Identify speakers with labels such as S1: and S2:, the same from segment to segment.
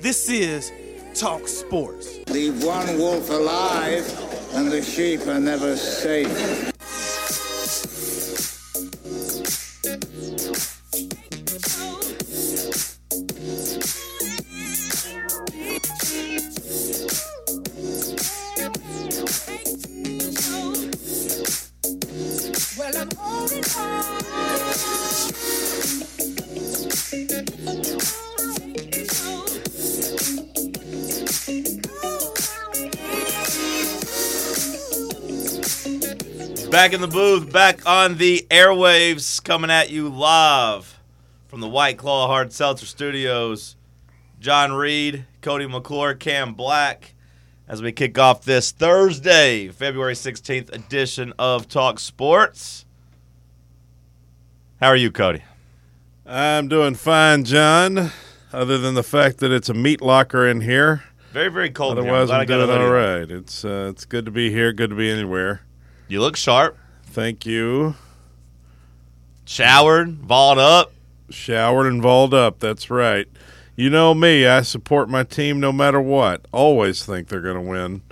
S1: This is Talk Sports.
S2: Leave one wolf alive, and the sheep are never safe.
S3: Well, I'm holding
S4: Back in the booth, back on the airwaves, coming at you live from the White Claw Hard Seltzer Studios. John Reed, Cody McClure, Cam Black, as we kick off this Thursday, February 16th edition of Talk Sports. How are you, Cody?
S5: I'm doing fine, John. Other than the fact that it's a meat locker in here,
S4: Very, very cold. in here.
S5: otherwise I'm
S4: glad I
S5: doing
S4: got a
S5: all
S4: hoodie.
S5: right. It's uh, it's good to be here. Good to be anywhere.
S4: You look sharp,
S5: Thank you.
S4: showered, balled up.
S5: Showered and balled up. That's right. You know me. I support my team no matter what. Always think they're going to win.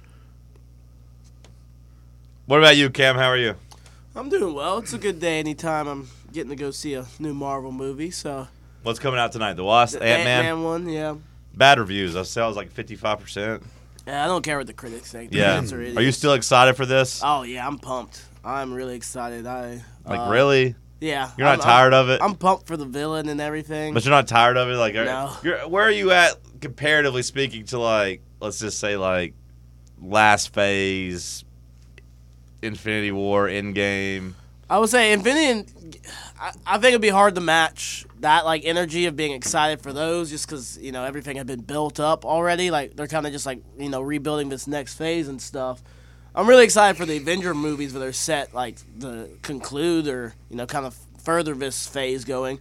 S4: What about you, Cam? How are you?
S1: I'm doing well. It's a good day anytime I'm getting to go see a new Marvel movie. So,
S4: What's coming out tonight? The Wasp,
S1: the
S4: Ant Man,
S1: Ant-Man one, yeah.
S4: bad reviews. I saw it was like 55%.
S1: Yeah, I don't care what the critics think. The
S4: Yeah.
S1: fans
S4: Are you
S1: idiots.
S4: still excited for this?
S1: Oh yeah, I'm pumped. I'm really excited. I
S4: Like
S1: uh,
S4: really?
S1: Yeah.
S4: You're not
S1: I'm-
S4: tired of it?
S1: I'm, I'm pumped for the villain and everything.
S4: but you're not tired of it? Like are-
S1: No.
S4: you're, where are you at comparatively speaking to like let's just say like last phase Infinity War Endgame?
S1: I would say Infinity. I, I think it'd be hard to match that like energy of being excited for those, just because you know everything had been built up already. Like they're kind of just like you know rebuilding this next phase and stuff. I'm really excited for the Avenger movies where they're set like to conclude or you know kind of further this phase going.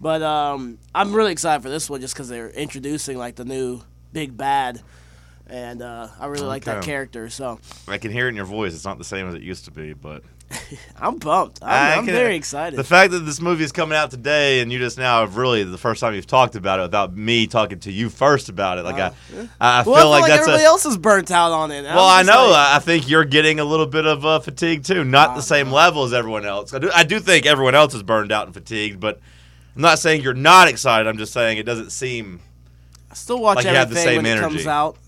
S1: But um, I'm really excited for this one just because they're introducing like the new big bad, and uh, I really like that
S4: Okay.
S1: character. So
S4: I can hear it in your voice. It's not the same as it used to be, but
S1: I'm pumped.
S4: I
S1: I'm, I'm
S4: can-
S1: very excited.
S4: The fact that this movie is coming out today and you just now have really the first time you've talked about it without me talking to you first about it. Like
S1: Wow.
S4: I, I feel
S1: Well, I feel
S4: like,
S1: like,
S4: that's
S1: everybody
S4: a
S1: else is burnt out on it.
S4: Well, I
S1: I'm just
S4: know.
S1: like-
S4: I I think you're getting a little bit of uh, fatigue too. Not the same
S1: Uh-huh.
S4: level as everyone else. I do, I do think everyone else is burned out and fatigued, but I'm not saying you're not excited. I'm just saying it doesn't seem
S1: I still watch
S4: uh, like you have the
S1: everything
S4: same
S1: when it
S4: energy.
S1: comes out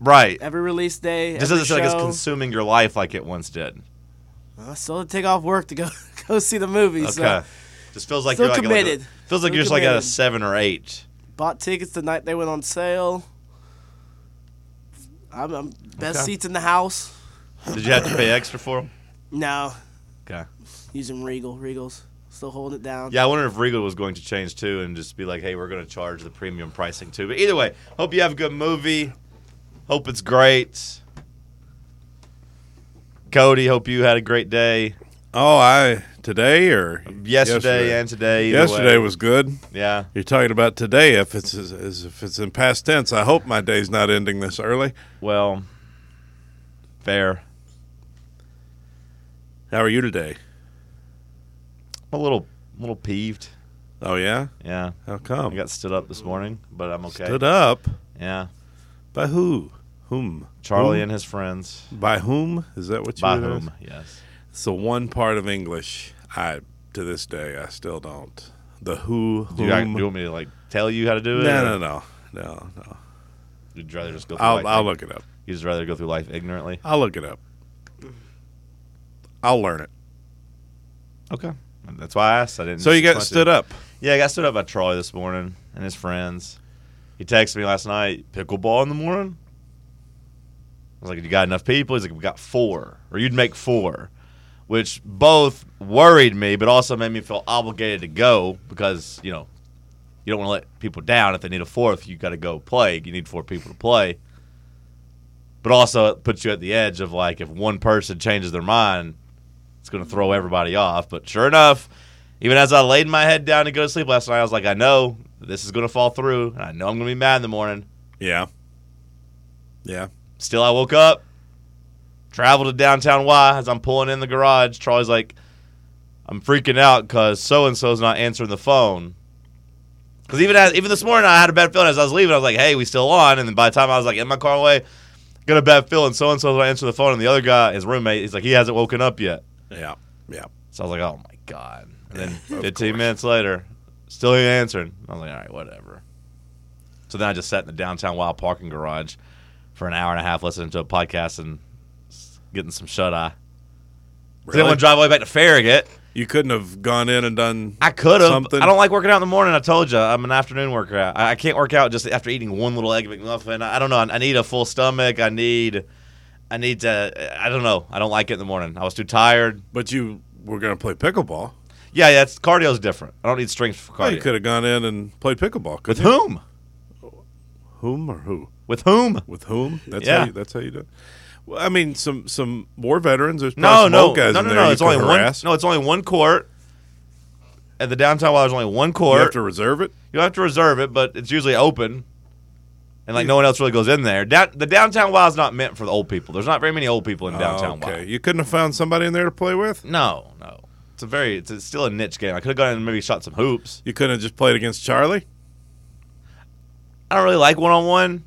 S4: right.
S1: every release day.
S4: This
S1: every
S4: doesn't feel like it's
S1: show.
S4: consuming your life like it once did.
S1: I still have to take off work to go go see the movie.
S4: Okay,
S1: uh, So
S4: just feels like
S1: Still
S4: you're like,
S1: committed.
S4: Like a, feels like
S1: Still
S4: you're just like at a
S1: committed.
S4: seven or eight.
S1: bought tickets the night they went on sale. I'm, I'm best
S4: Okay.
S1: seats in the house.
S4: Did you have to pay extra for them?
S1: No,
S4: Okay.
S1: using Regal. Regals still holding it down.
S4: Yeah, I wonder if Regal was going to change too and just be like, hey, we're going to charge the premium pricing too. But either way, hope you have a good movie. Hope it's great. Cody, hope you had a great day
S5: Oh, I today or
S4: yesterday, and today. either
S5: yesterday
S4: way.
S5: was good.
S4: Yeah.
S5: You're talking about today. If it's as, as if it's in past tense, I hope my day's not ending this early.
S4: Well, fair.
S5: How are you today?
S4: I'm a little, little peeved.
S5: Oh yeah.
S4: Yeah.
S5: How
S4: I
S5: come?
S4: got stood up this morning, but I'm okay.
S5: Oh. Stood up
S4: Yeah.
S5: by who? Whom?
S4: Charlie
S5: Whom?
S4: and his friends.
S5: by whom? Is that what you?
S4: By
S5: would
S4: whom?
S5: ask?
S4: Yes.
S5: It's the one part of English I to this day I still don't. The who?
S4: Do
S5: Whom?
S4: you, do you want me to like tell you how to do it? or
S5: no, no, no, no, no.
S4: You'd rather just go. Through
S5: I'll
S4: life
S5: I'll look it up.
S4: You just rather go through life ignorantly.
S5: I'll look it up. I'll learn it.
S4: Okay. That's why I asked. I didn't.
S5: So you got stood up.
S4: Yeah, I got stood up by Troy this morning and his friends. He texted me last night, pickleball in the morning. I was like, you got enough people? He's like, we got four, or you'd make four, which both worried me, but also made me feel obligated to go because, you know, you don't want to let people down. If they need a fourth, you got to go play. You need four people to play. But also, it puts you at the edge of like, if one person changes their mind, it's going to throw everybody off. But sure enough, even as I laid my head down to go to sleep last night, I was like, I know this is going to fall through, and I know I'm going to be mad in the morning.
S5: Yeah. Yeah.
S4: Still, I woke up, traveled to downtown Y as I'm pulling in the garage. Charlie's like, I'm freaking out because so and so's not answering the phone. Because even as, even this morning, I had a bad feeling as I was leaving. I was like, "Hey, we still on?" And then by the time I was like in my car away, got a bad feeling. So and so answer the phone, and the other guy, his roommate, he's like, he hasn't woken up yet.
S5: Yeah. Yeah.
S4: So I was like, "Oh my god!" And then 15 minutes later, still ain't answering. I was like, "All right, whatever." So then I just sat in the downtown wild parking garage for an hour and a half, listening to a podcast and s- getting some shut eye. Didn't want to drive all the way back to Farragut.
S5: You couldn't have gone in and done.
S4: I could have.
S5: Something.
S4: I don't like working out in the morning. I told you I'm an afternoon worker. I, I can't work out just after eating one little egg McMuffin. I, I don't know. I, I need a full stomach. I need, I need to. I don't know. I don't like it in the morning. I was too tired.
S5: But you were going to play pickleball.
S4: Yeah, yeah. It's cardio's different. I don't need strength for
S5: Well, you
S4: cardio.
S5: could have gone in and played pickleball.
S4: With
S5: Could
S4: whom?
S5: whom or who?
S4: With whom?
S5: With whom? That's how
S4: Yeah.
S5: you, that's how you do. it. Well, I mean, some some war veterans. There's probably
S4: No,
S5: some
S4: no,
S5: old guys
S4: no,
S5: in
S4: no,
S5: there
S4: no.
S5: you
S4: It's
S5: could
S4: only one.
S5: harass.
S4: No, it's only one court. At the downtown, while there's only one
S5: you
S4: court,
S5: have to reserve it.
S4: You don't have to reserve it, but it's usually open, and like no one else really goes in there. Down, the downtown wild's not meant for the old people. There's not very many old people in downtown
S5: Oh, okay,
S4: wild.
S5: you couldn't have found somebody in there to play with.
S4: No, no. It's a very, it's, it's still a niche game. I could have gone in and maybe shot some hoops.
S5: You couldn't have just played against Charlie.
S4: I don't really like one on one.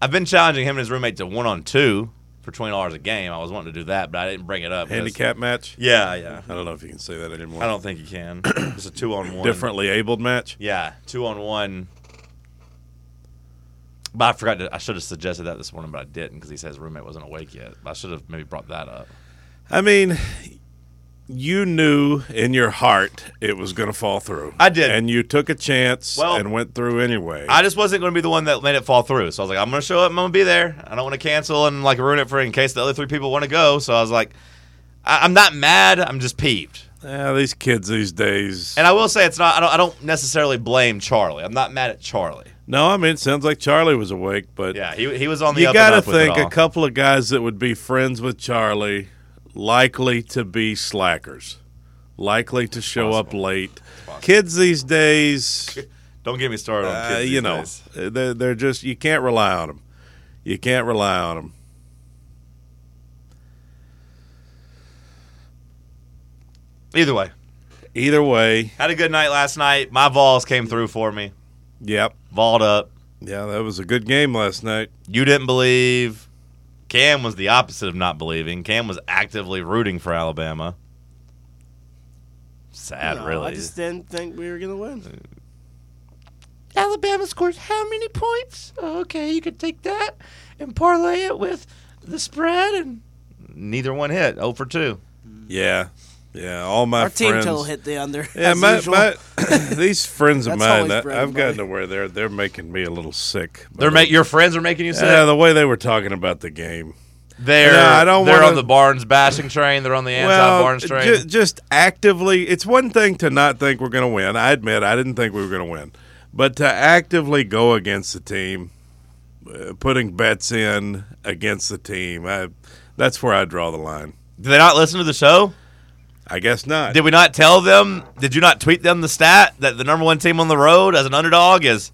S4: I've been challenging him and his roommate to one on two for twenty dollars a game. I was wanting to do that, but I didn't bring it up. because-
S5: Handicap match.
S4: Yeah, yeah.
S5: I don't know if you can say that anymore.
S4: I don't think you can. It's a two on one.
S5: Differently abled match.
S4: Yeah, two on one. But I forgot. To, I should have suggested that this morning, but I didn't because he said his roommate wasn't awake yet. But I should have maybe brought that up.
S5: I mean, you knew in your heart it was going to fall through.
S4: I did.
S5: and you took a chance
S4: Well-
S5: and went through anyway.
S4: I just wasn't going to be the one that made it fall through. So I was like, I'm going to show up. I'm going to be there. I don't want to cancel and like ruin it for in case the other three people want to go. So I was like, I, I'm not mad. I'm just peeved.
S5: Yeah, Ah, these kids these days.
S4: And I will say, it's not. I don't. I don't necessarily blame Charlie. I'm not mad at Charlie.
S5: no, I mean, it sounds like Charlie was awake, but
S4: Yeah, he he was on the.
S5: you
S4: up
S5: got
S4: and
S5: to
S4: up with it
S5: think a
S4: all.
S5: couple of guys that would be friends with Charlie likely to be slackers, likely to show up late. Kids these days,
S4: Don't get me started on kids.
S5: uh,
S4: these
S5: you know,
S4: days.
S5: they're, they're just, you can't rely on them. You can't rely on them.
S4: Either way,
S5: Either way,
S4: had a good night last night. My Vols came through for me.
S5: yep.
S4: Vault up.
S5: Yeah, that was a good game last night.
S4: You didn't believe. Cam was the opposite of not believing. Cam was actively rooting for Alabama. Sad,
S1: No,
S4: really.
S1: I just didn't think we were gonna win.
S4: Alabama scores how many points? Oh, Okay, you could take that and parlay it with the spread, and neither one hit. 0 for 2.
S5: Yeah. Yeah, all my
S1: Our team
S5: friends.
S1: total hit the under.
S5: Yeah,
S1: as
S5: my,
S1: usual.
S5: my these friends of
S1: That's
S5: mine,
S1: always
S5: that,
S1: bread and
S5: I've gotten to
S1: butter.
S5: where they're they're making me a little sick.
S4: They're make your friends are making you sick.
S5: yeah, the way they were talking about the game.
S4: they're
S5: Yeah, I don't
S4: they're
S5: wanna-
S4: on the Barnes bashing train. They're on the anti-Barnes train.
S5: ju- just actively, it's one thing to not think we're going to win. I admit I didn't think we were going to win, but to actively go against the team, uh, putting bets in against the team, I, that's where I draw the line.
S4: Did they not listen to the show?
S5: I guess not.
S4: Did we not tell them? Did you not tweet them the stat that the number one team on the road as an underdog is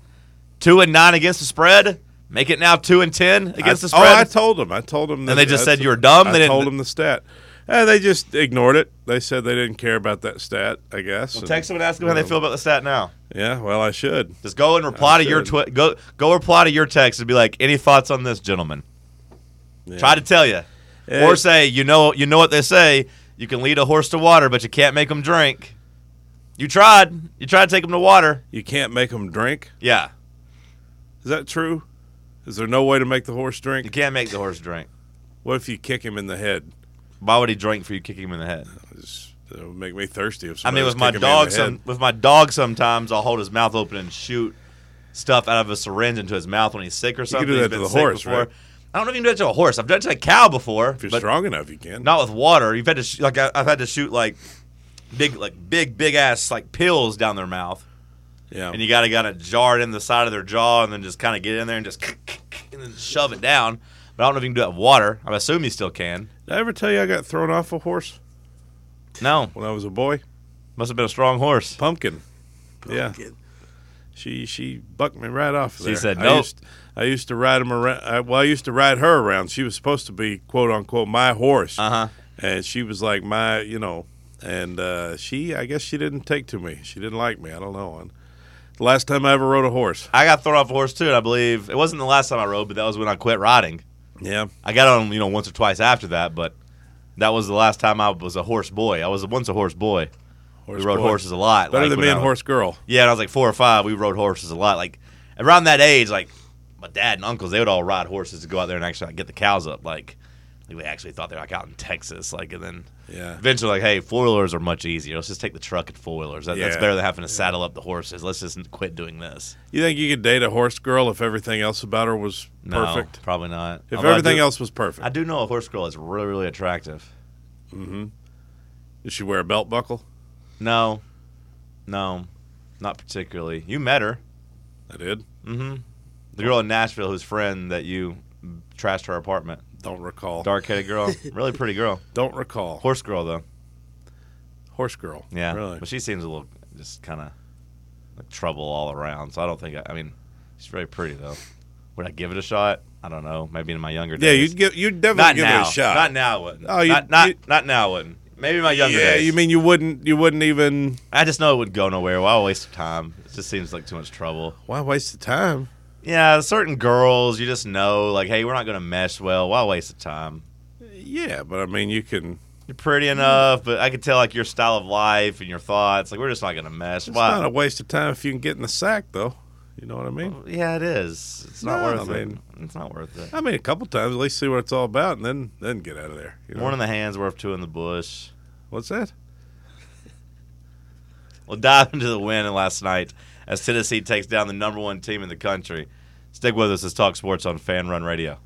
S4: two and nine against the spread? Make it now two and ten against
S5: I,
S4: the spread.
S5: Oh, I told them. I told them.
S4: And they just
S5: that's-
S4: said you were dumb?
S5: I
S4: They didn't-
S5: told them the stat. And they just ignored it. They said they didn't care about that stat. I guess. And-
S4: Text them and ask them how they feel about the stat now.
S5: Yeah. Well, I should.
S4: Just go and reply to your
S5: should.
S4: twi- go go reply to your text and be like, any thoughts on this, gentlemen? Try to tell you,
S5: Eh.
S4: or say you know you know what they say. You can lead a horse to water, but you can't make them drink. You tried. You tried to take them to water.
S5: You can't make them drink.
S4: Yeah,
S5: Is that true? Is there no way to make the horse
S4: you
S5: drink?
S4: can't make the horse drink.
S5: What if you kick him in the head?
S4: Why would he drink for you kicking him in the head?
S5: It's- That would make me thirsty.
S4: I
S5: If
S4: mean,
S5: somebody was
S4: with my
S5: kicking me in
S4: dog,
S5: the
S4: some, with my dog, sometimes I'll hold his mouth open and shoot stuff out of a syringe into his mouth when he's sick or
S5: can
S4: something.
S5: do that
S4: He's
S5: to
S4: been
S5: the
S4: sick
S5: horse,
S4: before.
S5: right?
S4: I don't know if you can do that to a horse. I've done it to a cow before,
S5: If you're
S4: but
S5: strong enough, you can.
S4: not with water. You've had to sh- like I, I've had to shoot like big, like big, big ass like pills down their mouth,
S5: Yeah.
S4: and you gotta gotta jar it in the side of their jaw, and then just kind of get in there and just and then shove it down. But I don't know if you can do that with water. I assume you still can.
S5: Did I ever tell you I got thrown off a horse
S4: No,
S5: when I was a boy?
S4: must have been a strong horse.
S5: Pumpkin. Yeah. She she bucked me right off. She
S4: said,
S5: I
S4: "Nope."
S5: used, I used to ride him around. I, well, I used to ride her around. She was supposed to be quote unquote my horse,
S4: Uh huh.
S5: and she was like my, you know, and uh, she. I guess she didn't take to me. She didn't like me. I don't know. And The last time I ever rode a horse.
S4: I got thrown off a horse too, and I believe it wasn't the last time I rode, but that was when I quit riding.
S5: Yeah.
S4: I got on, you know, once or twice after that, but that was the last time I was a horse boy. I was once a horse boy.
S5: Horse
S4: we rode
S5: boy.
S4: horses a lot.
S5: Better
S4: like,
S5: than
S4: when I
S5: being
S4: was-
S5: horse girl.
S4: Yeah, and I was like four or five. We rode horses a lot. Like around that age, like my dad and uncles, they would all ride horses to go out there and actually like, get the cows up. Like, like we actually thought they were like out in Texas. Like, and then
S5: Yeah.
S4: eventually, like, hey, four wheelers are much easier. Let's just take the truck and four wheelers. That, That's
S5: Yeah.
S4: better than having to saddle up the horses. Let's just quit doing this.
S5: You think you could date a horse girl if everything else about her was
S4: No,
S5: perfect?
S4: probably not.
S5: If
S4: Although I
S5: everything
S4: do-
S5: else was perfect,
S4: I do know a horse girl is really, really attractive.
S5: did she wear a belt buckle?
S4: No, no, not particularly. You met her,
S5: I did.
S4: the girl in Nashville whose friend that you trashed her apartment.
S5: Don't recall.
S4: Dark-headed girl, really pretty girl.
S5: Don't recall.
S4: Horse girl though,
S5: Horse girl.
S4: yeah.
S5: Really.
S4: But she seems a little just kind of like trouble all around. So I don't think. I, I mean, she's very pretty though. Would I give it a shot? I don't know. Maybe in my younger
S5: Yeah,
S4: days.
S5: you'd give you'd definitely
S4: not
S5: give
S4: now.
S5: it a shot.
S4: Not now. I wouldn't.
S5: Oh, you-
S4: not not,
S5: you-
S4: not now. I wouldn't. Maybe in my younger
S5: yeah,
S4: days.
S5: you mean you wouldn't you wouldn't even
S4: I just know it would go nowhere. Why waste time? It just seems like too much trouble.
S5: why waste the time?
S4: Yeah, certain girls you just know, like, hey, we're not gonna mesh well. Why waste of time?
S5: Yeah, but I mean you can
S4: You're
S5: Mm.
S4: pretty enough, but I could tell like your style of life and your thoughts. Like, we're just not gonna mesh.
S5: it's
S4: Why?
S5: not a waste of time if you can get in the sack though. You know what I mean?
S4: yeah, it is. It's not
S5: No,
S4: worth
S5: I
S4: it.
S5: mean-
S4: It's not worth it.
S5: I mean a couple times, at least see what it's all about and then then get out of there. You know?
S4: One in the hand's worth two in the bush.
S5: What's that?
S4: We'll dive into the win last night as Tennessee takes down the number one team in the country. Stick with us as Talk Sports on Fan Run Radio.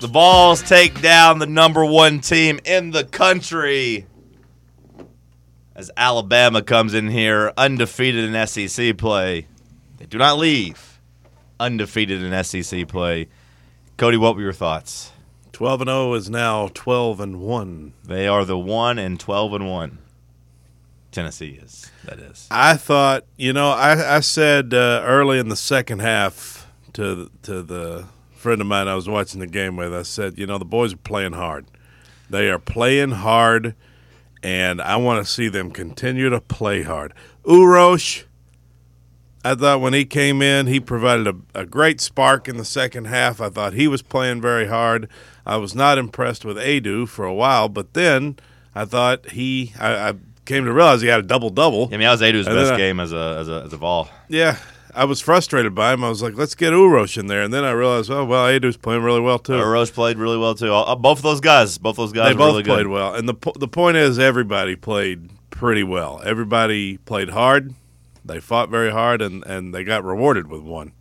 S4: The Vols take down the number one team in the country as Alabama comes in here undefeated in SEC play. They do not leave undefeated in SEC play. Cody, what were your thoughts?
S5: Twelve and zero is now twelve and one.
S4: They are the one and twelve and one. Tennessee is that is.
S5: I thought, you know, I, I said uh, early in the second half to to the friend of mine I was watching the game with. I said, you know, the boys are playing hard. They are playing hard, and I want to see them continue to play hard. Urosh, I thought when he came in, he provided a, a great spark in the second half. I thought he was playing very hard. I was not impressed with Adu for a while, but then I thought he, I, I came to realize he had a double double.
S4: I mean, that was Adu's
S5: And then
S4: best
S5: I-
S4: game as a as a as a Vol.
S5: Yeah, I was frustrated by him. I was like, let's get Urosh in there, and then I realized, oh well, Adu's playing really well too.
S4: Rose played really well too. All- both of those guys, both those guys,
S5: they
S4: were
S5: both
S4: really good.
S5: played well, and the po- the point is, everybody played pretty well. Everybody played hard. They fought very hard, and and they got rewarded with one.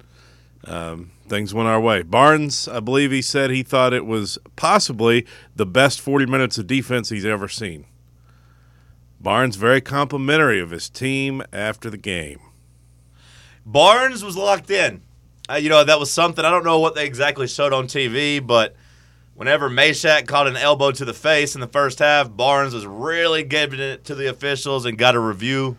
S5: Um, things went our way. Barnes, I believe he said he thought it was possibly the best 40 minutes of defense he's ever seen. Barnes very complimentary of his team after the game.
S4: Barnes was locked in. Uh, you know, that was something. I don't know what they exactly showed on TV, but whenever Meshack caught an elbow to the face in the first half, Barnes was really giving it to the officials and got a review.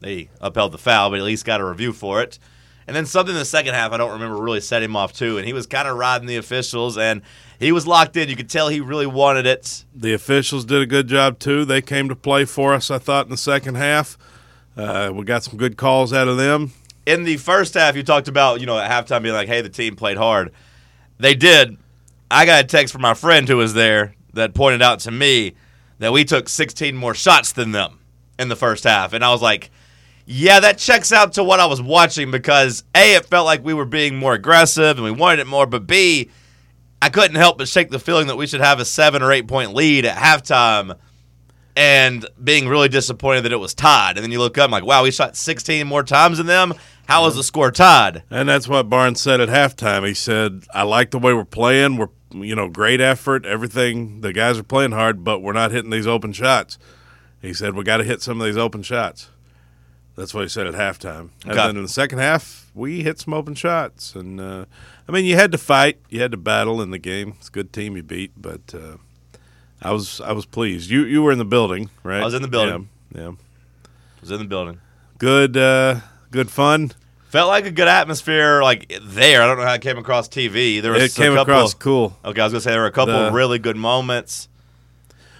S4: They upheld the foul, but at least got a review for it. And then something in the second half, I don't remember, really set him off too. And he was kind of riding the officials, and he was locked in. You could tell he really wanted it.
S5: The officials did a good job too. They came to play for us, I thought, in the second half. Uh, we got some good calls out of them.
S4: in the first half, you talked about, you know, at halftime being like, hey, the team played hard. They did. I got a text from my friend who was there that pointed out to me that we took 16 more shots than them in the first half. And I was like, yeah, that checks out to what I was watching because A, it felt like we were being more aggressive and we wanted it more, but B, I couldn't help but shake the feeling that we should have a seven or eight point lead at halftime and being really disappointed that it was tied. And then you look up, i like, wow, we shot 16 more times than them. How is the score tied?
S5: And that's what Barnes said at halftime. He said, I like the way we're playing. We're, you know, great effort, everything. The guys are playing hard, but we're not hitting these open shots. He said, we got to hit some of these open shots. That's what he said at halftime. And
S4: Okay.
S5: then in the second half, we hit some open shots. And, uh, I mean, you had to fight, you had to battle in the game. It's a good team you beat, but uh, I was I was pleased. You you were in the building, right?
S4: I was in the building.
S5: Yeah. yeah.
S4: was in the building.
S5: Good uh, good fun.
S4: Felt like a good atmosphere, like there. I don't know how it came across TV. There was
S5: It
S4: a
S5: came
S4: couple-
S5: across cool.
S4: Okay, I was gonna say there were a couple
S5: The-
S4: of really good moments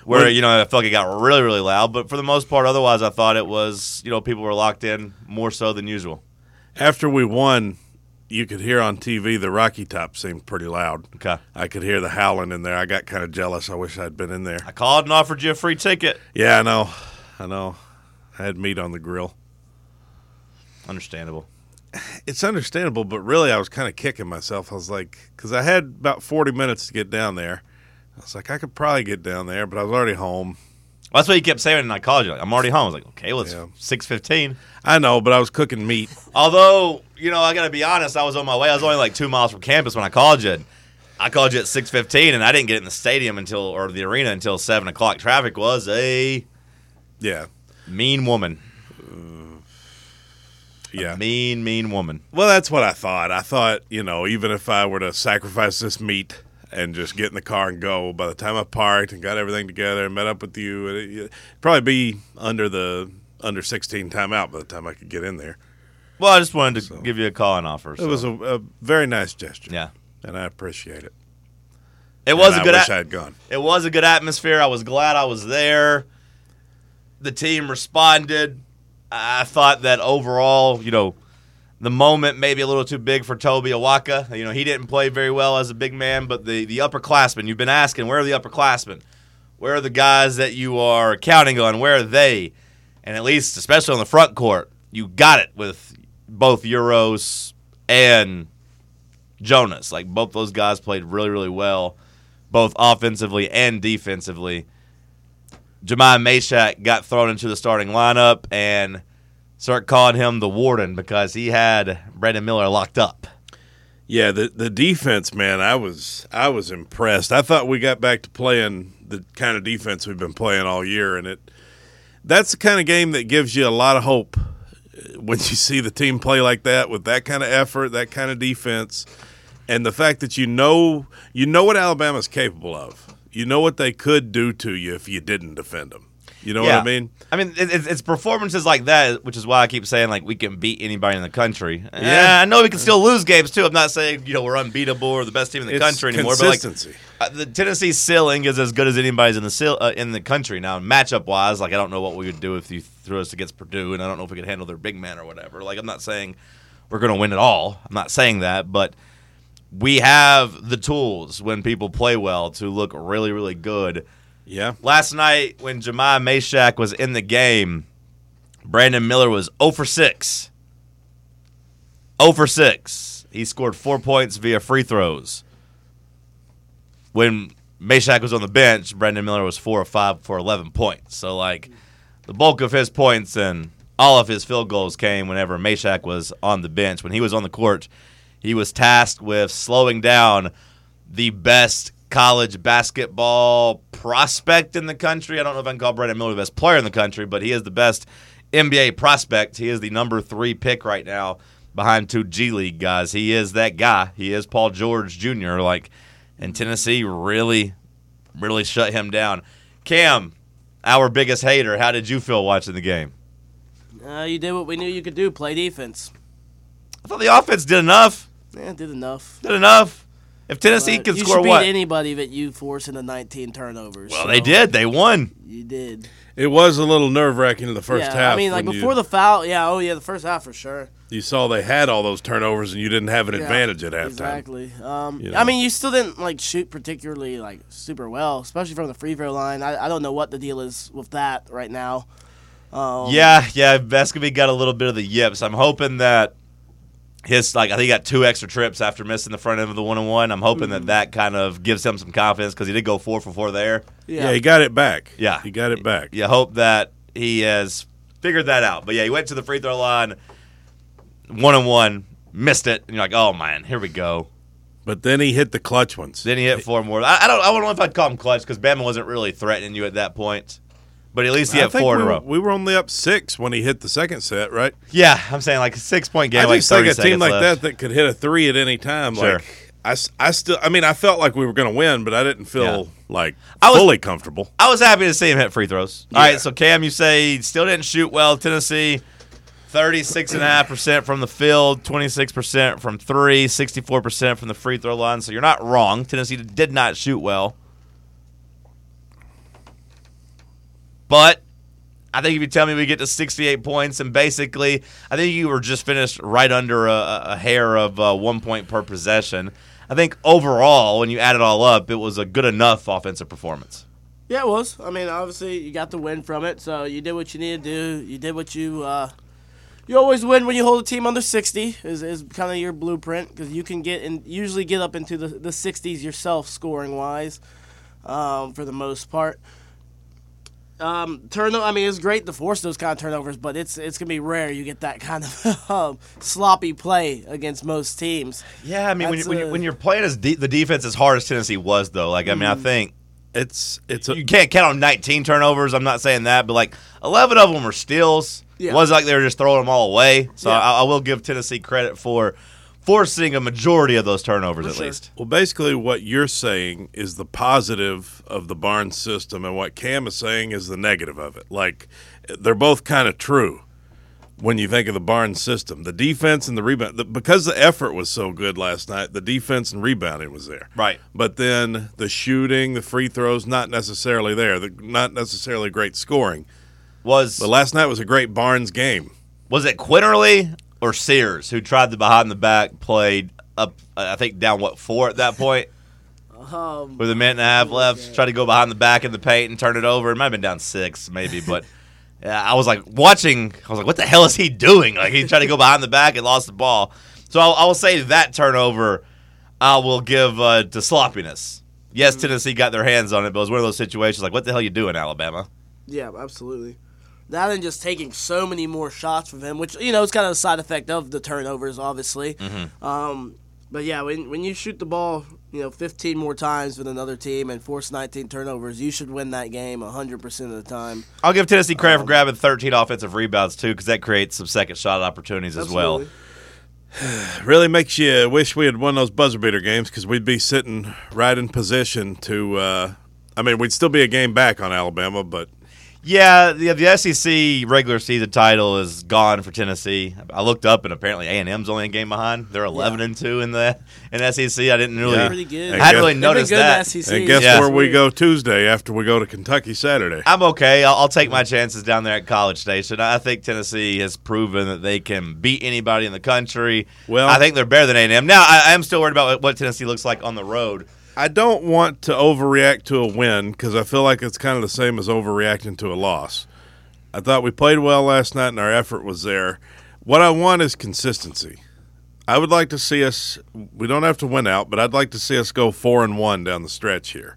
S4: where
S5: When-
S4: you know I felt like it got really really loud, but for the most part, otherwise I thought it was you know people were locked in more so than usual.
S5: After we won, you could hear on TV the Rocky Top seemed pretty loud.
S4: Okay,
S5: I could hear the howling in there. I got kind of jealous. I wish I'd been in there.
S4: I called and offered you a free ticket.
S5: Yeah, I know. I know. I had meat on the grill.
S4: Understandable.
S5: It's understandable, but really, I was kind of kicking myself. I was like, because I had about 40 minutes to get down there. I was like, I could probably get down there, but I was already home.
S4: Well, that's what you kept saying, and I called you. Like, I'm already home. I was like, okay, well it's
S5: Yeah.
S4: six fifteen.
S5: I know, but I was cooking meat.
S4: Although you know I gotta be honest, I was on my way. I was only like two miles from campus when I called you. I called you at six fifteen, and I didn't get in the stadium until or the arena until seven o'clock. Traffic was a
S5: Yeah.
S4: mean woman.
S5: Yeah.
S4: Mean, mean woman.
S5: Well, that's what I thought. I thought, you know, even if I were to sacrifice this meat and just get in the car and go, by the time I parked and got everything together and met up with you, it, it'd probably be under the under 16 timeout by the time I could get in there.
S4: Well, I just wanted to give you a call and offer.
S5: It
S4: so.
S5: was a, a very nice gesture.
S4: yeah.
S5: And I appreciate it.
S4: It was
S5: And
S4: a good.
S5: I wish
S4: at-
S5: I had gone.
S4: it was a good atmosphere. I was glad I was there. The team responded. I thought that overall, you know, the moment maybe a little too big for Toby Awaka. You know, he didn't play very well as a big man, but the the upperclassmen. You've been asking, where are the upperclassmen? Where are the guys that you are counting on? Where are they? And at least, especially on the front court, you got it with both Euros and Jonas. Like both those guys played really, really well, both offensively and defensively. Jemai Meshack got thrown into the starting lineup, and Sirk called him the warden because he had Brandon Miller locked up.
S5: Yeah, the the defense, man, I was I was impressed. I thought we got back to playing the kind of defense we've been playing all year, and it that's the kind of game that gives you a lot of hope uh, when you see the team play like that with that kind of effort, that kind of defense, and the fact that you know you know what Alabama's capable of. You know what they could do to you if you didn't defend them. You know what I mean?
S4: I mean, it, it's, it's performances like that, which is why I keep saying like we can beat anybody in the country.
S5: Yeah.
S4: Yeah, I know we can still lose games too. I'm not saying you know we're unbeatable or the best team in the
S5: It's
S4: country anymore.
S5: consistency.
S4: But like uh, the Tennessee ceiling is as good as anybody's in the ceil- uh, in the country now. Matchup wise, like I don't know what we would do if you threw us against Purdue, and I don't know if we could handle their big man or whatever. Like I'm not saying we're going to win it all. I'm not saying that, but we have the tools when people play well to look really, really good
S5: Yeah.
S4: last night when Jemai Meshack was in the game, Brandon Miller was 0 for 6. 0 for 6. He scored four points via free throws. When Meshack was on the bench, Brandon Miller was 4 or 5 for 11 points. So, like, the bulk of his points and all of his field goals came whenever Meshack was on the bench. When he was on the court, he was tasked with slowing down the best college basketball prospect in the country. I don't know if I can call Brandon Miller the best player in the country, but he is the best NBA prospect. He is the number three pick right now behind two G League guys. He is that guy. He is Paul George Jr. Like, and Tennessee really, really shut him down. Cam, our biggest hater, how did you feel watching the game?
S1: Uh, you did what we knew you could do play defense.
S4: I thought the offense did enough.
S1: Yeah, did enough.
S4: Did enough. If Tennessee
S1: But
S4: could
S1: you
S4: score
S1: should beat
S4: what?
S1: anybody that you force into 19 turnovers.
S4: well,
S1: so
S4: they did. They won.
S1: You did.
S5: It was a little nerve wracking in the first
S1: yeah,
S5: half.
S1: I mean, like
S5: when you-
S1: before the foul. Yeah. Oh, yeah. The first half for sure.
S5: you saw they had all those turnovers and you didn't have an
S1: Yeah,
S5: advantage at halftime.
S1: Exactly. Um,
S5: You
S1: I
S5: know.
S1: mean, you still didn't like shoot particularly like super well, especially from the free throw line. I, I don't know what the deal is with that right now. Um,
S4: Yeah, yeah. Vescovy got a little bit of the yips. I'm hoping that his like I think he got two extra trips after missing the front end of the one on one. I'm hoping
S1: Mm-hmm.
S4: that that kind of gives him some confidence because he did go four for four there.
S5: Yeah.
S1: Yeah.
S5: he got it back.
S4: Yeah.
S5: he got it back.
S4: You hope that he has figured that out. But yeah, he went to the free throw line, one on one, missed it, and you're like, oh man, here we go.
S5: But then he hit the clutch ones.
S4: Then he hit four more. I, I don't. I don't know if I'd call him clutch because Bama wasn't really threatening you at that point. But at least he
S5: I
S4: had
S5: think
S4: four in
S5: we,
S4: a
S5: were-
S4: row.
S5: we were only up six when he hit the second set, right?
S4: yeah, I'm saying like a six point game.
S5: I just
S4: like 30
S5: think a team
S4: seconds
S5: like
S4: left.
S5: that that could hit a three at any time,
S4: Sure.
S5: like I, s- I still, I mean, I felt like we were going to win, but I didn't feel
S4: Yeah.
S5: like
S4: I was-
S5: fully comfortable.
S4: I was happy to see him hit free throws. All
S5: Yeah.
S4: right, so Cam, you say still didn't shoot well. Tennessee, 36.5% from the field, 26% from three, 64% from the free throw line. So you're not wrong. Tennessee did not shoot well. But I think if you tell me we get to 68 points, and basically, I think you were just finished right under a- a, a hair of uh, one point per possession. I think overall, when you add it all up, it was a good enough offensive performance.
S1: Yeah, it was. I mean, obviously, you got the win from it, so you did what you needed to do. You did what you. Uh, you always win when you hold a team under 60 is, is kind of your blueprint because you can get and usually get up into the, the 60s yourself scoring wise um, for the most part um, turnover I mean it's great to force those kind of turnovers but it's it's gonna be rare you get that kind of um, sloppy play against most teams
S4: Yeah, I mean, when,
S1: That's
S4: you, when,
S1: a-
S4: you,
S1: Mm-hmm.
S4: when you're playing as de- the defense as hard as Tennessee was, though, like I mean, I think
S5: It's, it's, a,
S4: you can't count on 19 turnovers. I'm not saying that, but like 11 of them were steals.
S1: Yeah.
S4: It wasn't like they were just throwing them all away. So
S1: Yeah.
S4: I, I will give Tennessee credit for forcing a majority of those turnovers, at
S1: sure.
S4: least.
S5: well, basically, what you're saying is the positive of the Barnes system, and what Cam is saying is the negative of it. Like, they're both kind of true when you think of the Barnes system the defense and the rebound. The, because the effort was so good last night, the defense and rebounding was there.
S4: Right.
S5: But then the shooting, the free throws, not necessarily there. The, not necessarily great scoring.
S4: Was
S5: But last night was a great Barnes game.
S4: was it Quinterly or Sears who tried the behind the back play up? I think down what four at that point.
S1: Um,
S4: With a minute and a half left, tried to go behind the back in the paint and turn it over. It might have been down six, maybe, but yeah, I was like watching. I was like, "What the hell is he doing?" Like he tried to go behind the back and lost the ball. So I, I will say that turnover, I will give uh, to sloppiness. Yes, Tennessee got their hands on it, but it was one of those situations like, "What the hell you doing, Alabama?"
S1: Yeah, absolutely. That and just taking so many more shots from him, which you know is kind of a side effect of the turnovers, obviously.
S4: Mm-hmm.
S1: Um, but yeah, when when you shoot the ball, you know, 15 more times with another team and force 19 turnovers, you should win that game 100 percent of the time.
S4: I'll give Tennessee credit for grabbing 13 offensive rebounds too, because that creates some second shot opportunities as well.
S1: Absolutely.
S5: Really makes you wish we had won those buzzer beater games because we'd be sitting right in position to. Uh, I mean, we'd still be a game back on Alabama, but
S4: Yeah, the, the SEC regular season title is gone for Tennessee. I looked up and apparently A and M's only a game behind. They're 11 and two in the in SEC. I didn't really,
S5: Yeah.
S1: Pretty good.
S5: I
S4: I hadn't
S5: guess-
S4: really
S1: They've been
S4: noticed
S1: good in E the
S4: that.
S1: SEC.
S5: and guess
S4: Yeah.
S5: where we go Tuesday after we go to Kentucky Saturday.
S4: I'm okay. I'll, I'll take my chances down there at College Station. I think Tennessee has proven that they can beat anybody in the country.
S5: Well-
S4: I think they're better than A and M. Now, I, I am still worried about what Tennessee looks like on the road.
S5: I don't want to overreact to a win because I feel like it's kind of the same as overreacting to a loss. I thought we played well last night and our effort was there. What I want is consistency. I would like to see us. We don't have to win out, but I'd like to see us go four and one down the stretch here,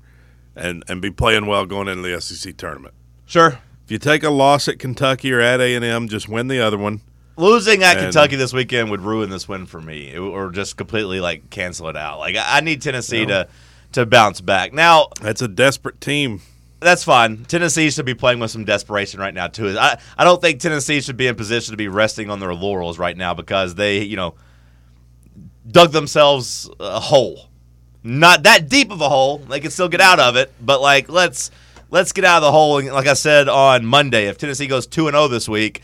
S5: and and be playing well going into the SEC tournament.
S4: Sure,
S5: If you take a loss at Kentucky or at A and M, just win the other one.
S4: Losing at
S5: And-
S4: Kentucky this weekend would ruin this win for me, It- or just completely like cancel it out. Like I I need Tennessee to to bounce back. Now
S5: That's a desperate team.
S4: that's fine. Tennessee should be playing with some desperation right now too. I I don't think Tennessee should be in position to be resting on their laurels right now because they you know dug themselves a hole, not that deep of a hole. They can still get out of it, but like let's let's get out of the hole. And like I said on Monday, if Tennessee goes two and zero this week,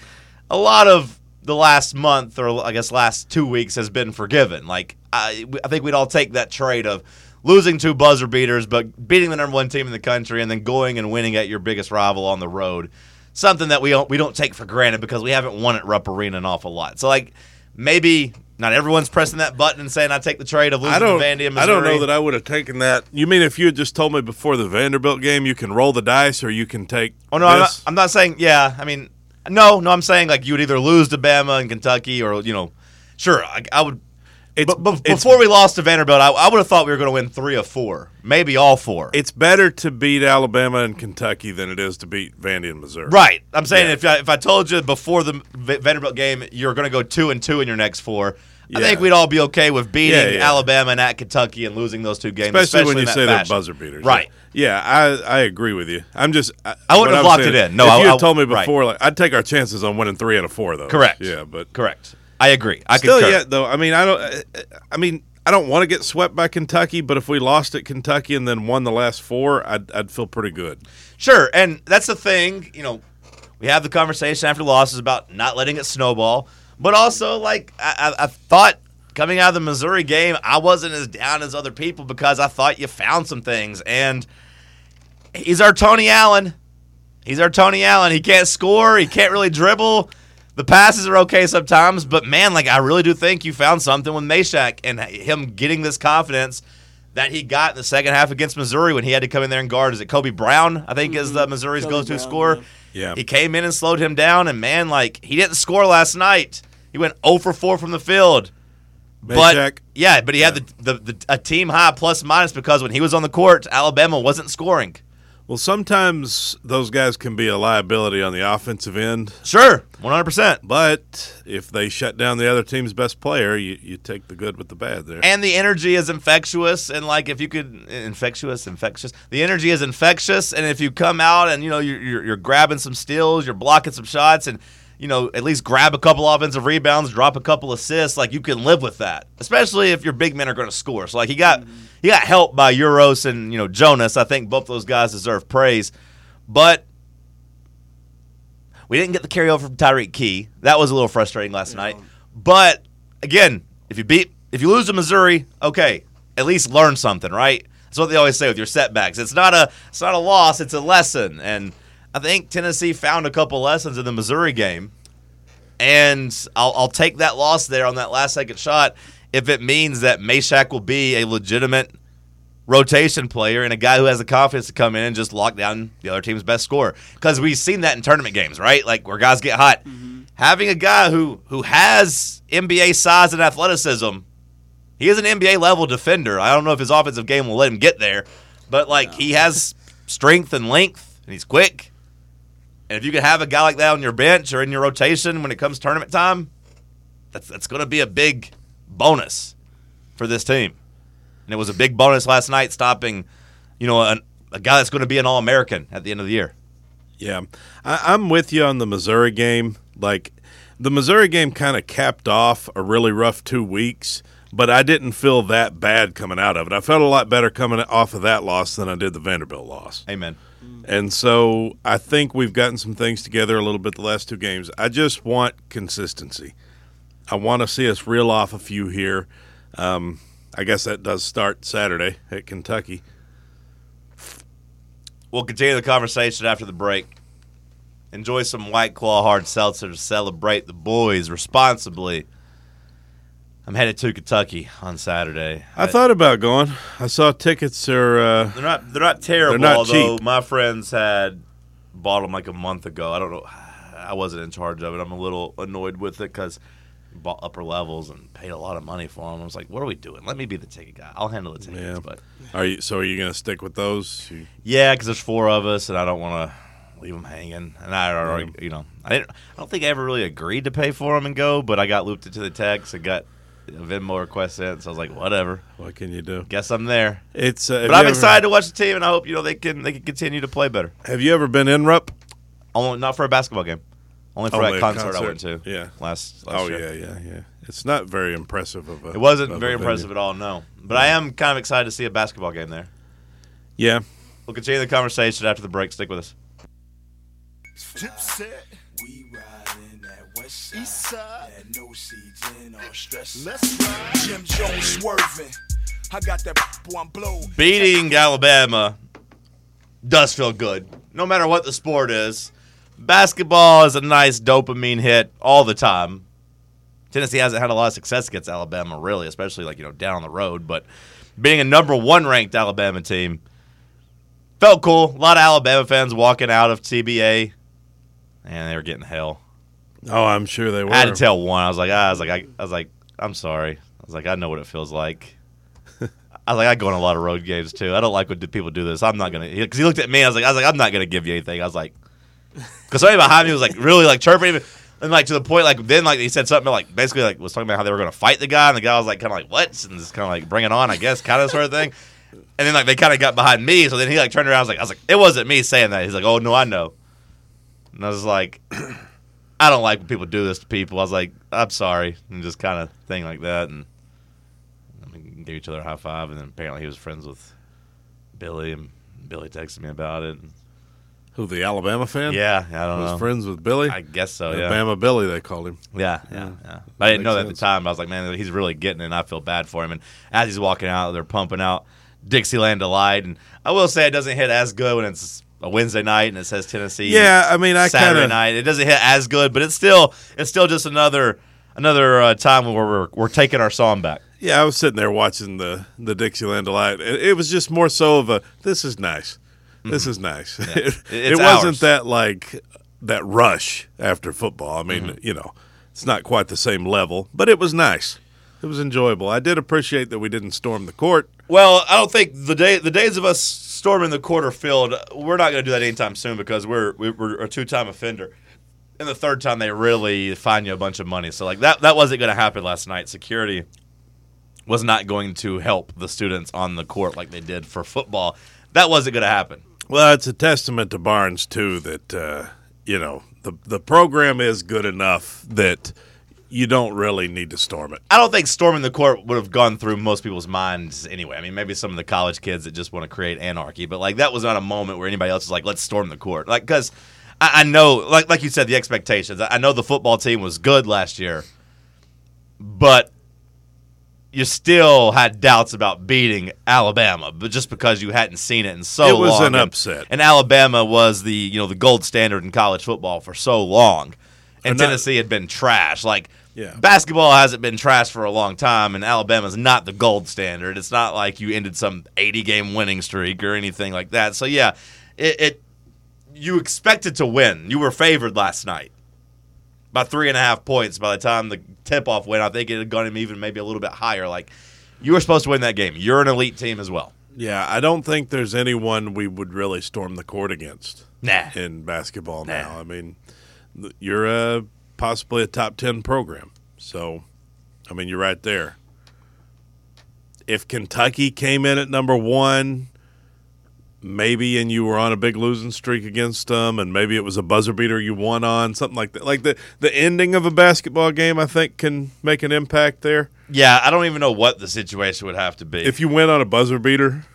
S4: a lot of the last month or I guess last two weeks has been forgiven. Like I, I think we'd all take that trade of losing two buzzer beaters, but beating the number one team in the country and then going and winning at your biggest rival on the road. Something that we don't we don't take for granted because we haven't won at Rupp Arena an awful lot. So like maybe not everyone's pressing that button and saying I take the trade of losing
S5: I don't.
S4: to Vandy in
S5: I
S4: Missouri.
S5: don't know that I would have taken that. You mean if you had just told me before the Vanderbilt game, you can roll the dice or you can take?
S4: Oh no, I'm not,
S5: this?
S4: I'm not saying. Yeah, I mean, no, no, I'm saying like you would either lose to Bama and Kentucky, or you know, sure, I, I would.
S5: It's-
S4: but, but
S5: it's-
S4: before we lost to Vanderbilt, I, I would have thought we were going to win three of four, maybe all four.
S5: It's better to beat Alabama and Kentucky than it is to beat Vandy and Missouri.
S4: right. I'm saying
S5: Yeah.
S4: if I, if I told you before the V- Vanderbilt game you're going to go two and two in your next four. I
S5: Yeah.
S4: think we'd all be okay with beating
S5: Yeah, yeah.
S4: Alabama and at Kentucky and losing those two games,
S5: Especially, when
S4: in
S5: you
S4: that
S5: say
S4: fashion.
S5: they're buzzer beaters.
S4: Right.
S5: Yeah, I, I agree with you. I'm just. I,
S4: I wouldn't
S5: what
S4: have
S5: I'm
S4: locked
S5: saying-
S4: it in. No,
S5: if
S4: I-
S5: you
S4: I-
S5: had told me
S4: right.
S5: before, like I'd take our chances on winning three out of four, though.
S4: Correct.
S5: Yeah, but
S4: Correct. I agree. I
S5: still
S4: concur.
S5: yet though uh, i mean i don't I- i mean I don't want to get swept by Kentucky, but if we lost at Kentucky and then won the last four, I'd, I'd feel pretty good.
S4: Sure, and that's the thing. You know, we have the conversation after losses about not letting it snowball, but also like I, I, I thought coming out of the Missouri game, I wasn't as down as other people because I thought you found some things, and he's our Tony Allen. He's our Tony Allen. He can't score. He can't really dribble. The passes are okay sometimes, but man, like I really do think you found something with Meshack and him getting this confidence that he got in the second half against Missouri when he had to come in there and guard. Is it Kobe Brown? I think is the Missouri's
S1: Mm-hmm. Kobe
S4: go-to
S1: Brown,
S4: scorer.
S5: yeah. Yeah.
S4: he came in and slowed him down, and man, like he didn't score last night. He went 0 for 4 from the field. But
S5: Meshack?
S4: yeah, but he had the, the, the a team high plus minus because when he was on the court, Alabama wasn't scoring.
S5: Well, sometimes those guys can be a liability on the offensive end,
S4: Sure, one hundred percent.
S5: but if they shut down the other team's best player, you, you take the good with the bad there.
S4: and the energy is infectious and like if you could eh, infectious infectious the energy is infectious and if you come out and you know you're, you're, you're grabbing some steals you're blocking some shots and you know at least grab a couple offensive rebounds drop a couple assists like you can live with that especially if your big men are going to score so like he got he got helped by euros and you know jonas i think both those guys deserve praise but we didn't get the carryover from Tyreek Key. That was a little frustrating last night. But again, if you beat, if you lose to Missouri, okay, at least learn something, right? That's what they always say with your setbacks. It's not a, it's not a loss. It's a lesson. And I think Tennessee found a couple lessons in the Missouri game. And I'll, I'll take that loss there on that last second shot if it means that Meshack will be a legitimate rotation player and a guy who has the confidence to come in and just lock down the other team's best scorer. Because we've seen that in tournament games, right? Like where guys get hot. Having a guy who who has NBA size and athleticism, he is an NBA level defender. I don't know if his offensive game will let him get there, but like he has strength and length, and he's quick. And if you can have a guy like that on your bench or in your rotation when it comes tournament time, that's that's going to be a big bonus for this team. And it was a big bonus last night stopping, you know, an, a guy that's going to be an All American at the end of the year.
S5: Yeah, I, I'm with you on the Missouri game. Like, the Missouri game kind of capped off a really rough two weeks, but I didn't feel that bad coming out of it. I felt a lot better coming off of that loss than I did the Vanderbilt loss.
S4: Amen.
S5: And so I think we've gotten some things together a little bit the last two games. I just want consistency. I want to see us reel off a few here. Um, I guess that does start Saturday at Kentucky.
S4: We'll continue the conversation after the break. Enjoy some White Claw hard seltzer to celebrate the boys responsibly. I'm headed to Kentucky on Saturday.
S5: I thought about going. I saw tickets are. Uh,
S4: they're not they're not terrible.
S5: not
S4: although
S5: cheap.
S4: my friends had bought them like a month ago. I don't know. I wasn't in charge of it. I'm a little annoyed with it because bought upper levels and paid a lot of money for them. I was like, what are we doing? Let me be the ticket guy. I'll handle the tickets.
S5: Yeah.
S4: But
S5: Are you so? Are you going to stick with those? You-
S4: Yeah, because there's four of us, and I don't want to leave them hanging. And I already, you know, I didn't. I don't think I ever really agreed to pay for them and go, but I got looped into the text and got a Venmo request sent. So I was like, whatever.
S5: What can you do?
S4: Guess I'm there.
S5: It's. Uh, have
S4: But
S5: you
S4: I'm
S5: ever-
S4: excited to watch the team, and I hope you know they can they can continue to play better.
S5: Have you ever been in Rupp?
S4: Only not for a basketball game, only for
S5: Only
S4: a
S5: a
S4: concert, I
S5: Oh, concert,
S4: went to.
S5: yeah.
S4: last. last
S5: Oh
S4: year.
S5: yeah, yeah, yeah. It's not very impressive of a.
S4: It wasn't
S5: of a
S4: very
S5: venue.
S4: impressive at all, no. But I am kind of excited to see a basketball game there.
S5: Yeah.
S4: We'll continue the conversation after the break. Stick with us.
S3: Tip set. We riding that west side. East side. That no seeds in our stress. Let's ride. Jim Jones swerving. I got that boy, I'm blow.
S4: beating Alabama does feel good, no matter what the sport is. Basketball is a nice dopamine hit all the time. Tennessee hasn't had a lot of success against Alabama, really, especially like you know down the road. But being a number one ranked Alabama team felt cool. A lot of Alabama fans walking out of TBA, and they were getting hell.
S5: Oh, I'm sure they were.
S4: I had to tell one. I was like, ah, I was like, I, I was like, I'm sorry. I was like, I know what it feels like. I was like, I go on a lot of road games too. I don't like when do- people do this. I'm not gonna. Because he looked at me. I was like, I was like, I'm not gonna give you anything. I was like, because somebody behind me was like really like chirping, him. and like to the point like then like he said something like basically like was talking about how they were gonna fight the guy, and the guy was like kind of like what, and just kind of like bring it on, I guess, kind of sort of thing. And then like they kind of got behind me, so then he like turned around. I was like, I was like, it wasn't me saying that. He's like, oh no, I know. And I was like, I don't like when people do this to people. I was like, I'm sorry, and just kind of thing like that. And I mean, gave each other a high five, and then apparently he was friends with Billy, and Billy texted me about it.
S5: Who the Alabama fan?
S4: Yeah, I don't
S5: was
S4: know.
S5: friends with Billy.
S4: I guess so. Yeah.
S5: Alabama Billy, they called him.
S4: Yeah, yeah,
S5: Yeah.
S4: yeah. But I didn't know
S5: Makes
S4: that at the
S5: sense.
S4: time. I was like, man, he's really getting it, and I feel bad for him. And as he's walking out, they're pumping out Dixieland Delight. And I will say it doesn't hit as good when it's a Wednesday night and it says Tennessee.
S5: Yeah, I mean, I
S4: Saturday
S5: kinda-
S4: night. It doesn't hit as good, but it's still it's still just another another uh, time where we're, we're taking our song back.
S5: Yeah, I was sitting there watching the the Dixieland delight. It, it was just more so of a this is nice, this is nice. it Mm-hmm. it
S4: it's
S5: wasn't
S4: ours.
S5: that like that rush after football. I mean, you know, it's not quite the same level, but it was nice. It was enjoyable. I did appreciate that we didn't storm the court.
S4: Well, I don't think the day the days of us storming the quarter field, we're not going to do that anytime soon because we're we- we're a two time offender. And the third time they really fine you a bunch of money. So like that that wasn't going to happen last night. Security was not going to help the students on the court like they did for football. That wasn't going to happen.
S5: Well, it's a testament to Barnes too that uh, you know the the program is good enough that you don't really need to storm it.
S4: I don't think storming the court would have gone through most people's minds anyway. I mean, maybe some of the college kids that just want to create anarchy, but like that was not a moment where anybody else was like, "Let's storm the court," like because I, I know, like like you said, the expectations. I, I know the football team was good last year, but you still had doubts about beating Alabama, but just because you hadn't seen it in so
S5: It was
S4: long, and-
S5: an upset.
S4: and Alabama was the you know the gold standard in college football for so long, and
S5: not-
S4: Tennessee had been trash. Like
S5: Yeah.
S4: basketball hasn't been trash for a long time, and Alabama's not the gold standard. It's not like you ended some 80 game winning streak or anything like that. So yeah, it, it you expected to win. You were favored last night by three and a half points. By the time the tip off went, I think it had gone him even maybe a little bit higher. Like you were supposed to win that game. You're an elite team as well.
S5: Yeah, I don't think there's anyone we would really storm the court against.
S4: Nah.
S5: in basketball now. I mean, th- you're a, possibly a top 10 program. So, I mean, you're right there. If Kentucky came in at number one, maybe, and you were on a big losing streak against them, and maybe it was a buzzer beater you won on, something like that. Like the, the ending of a basketball game, I think, can make an impact there.
S4: Yeah, I don't even know what the situation would have to be.
S5: If you win on a buzzer beater,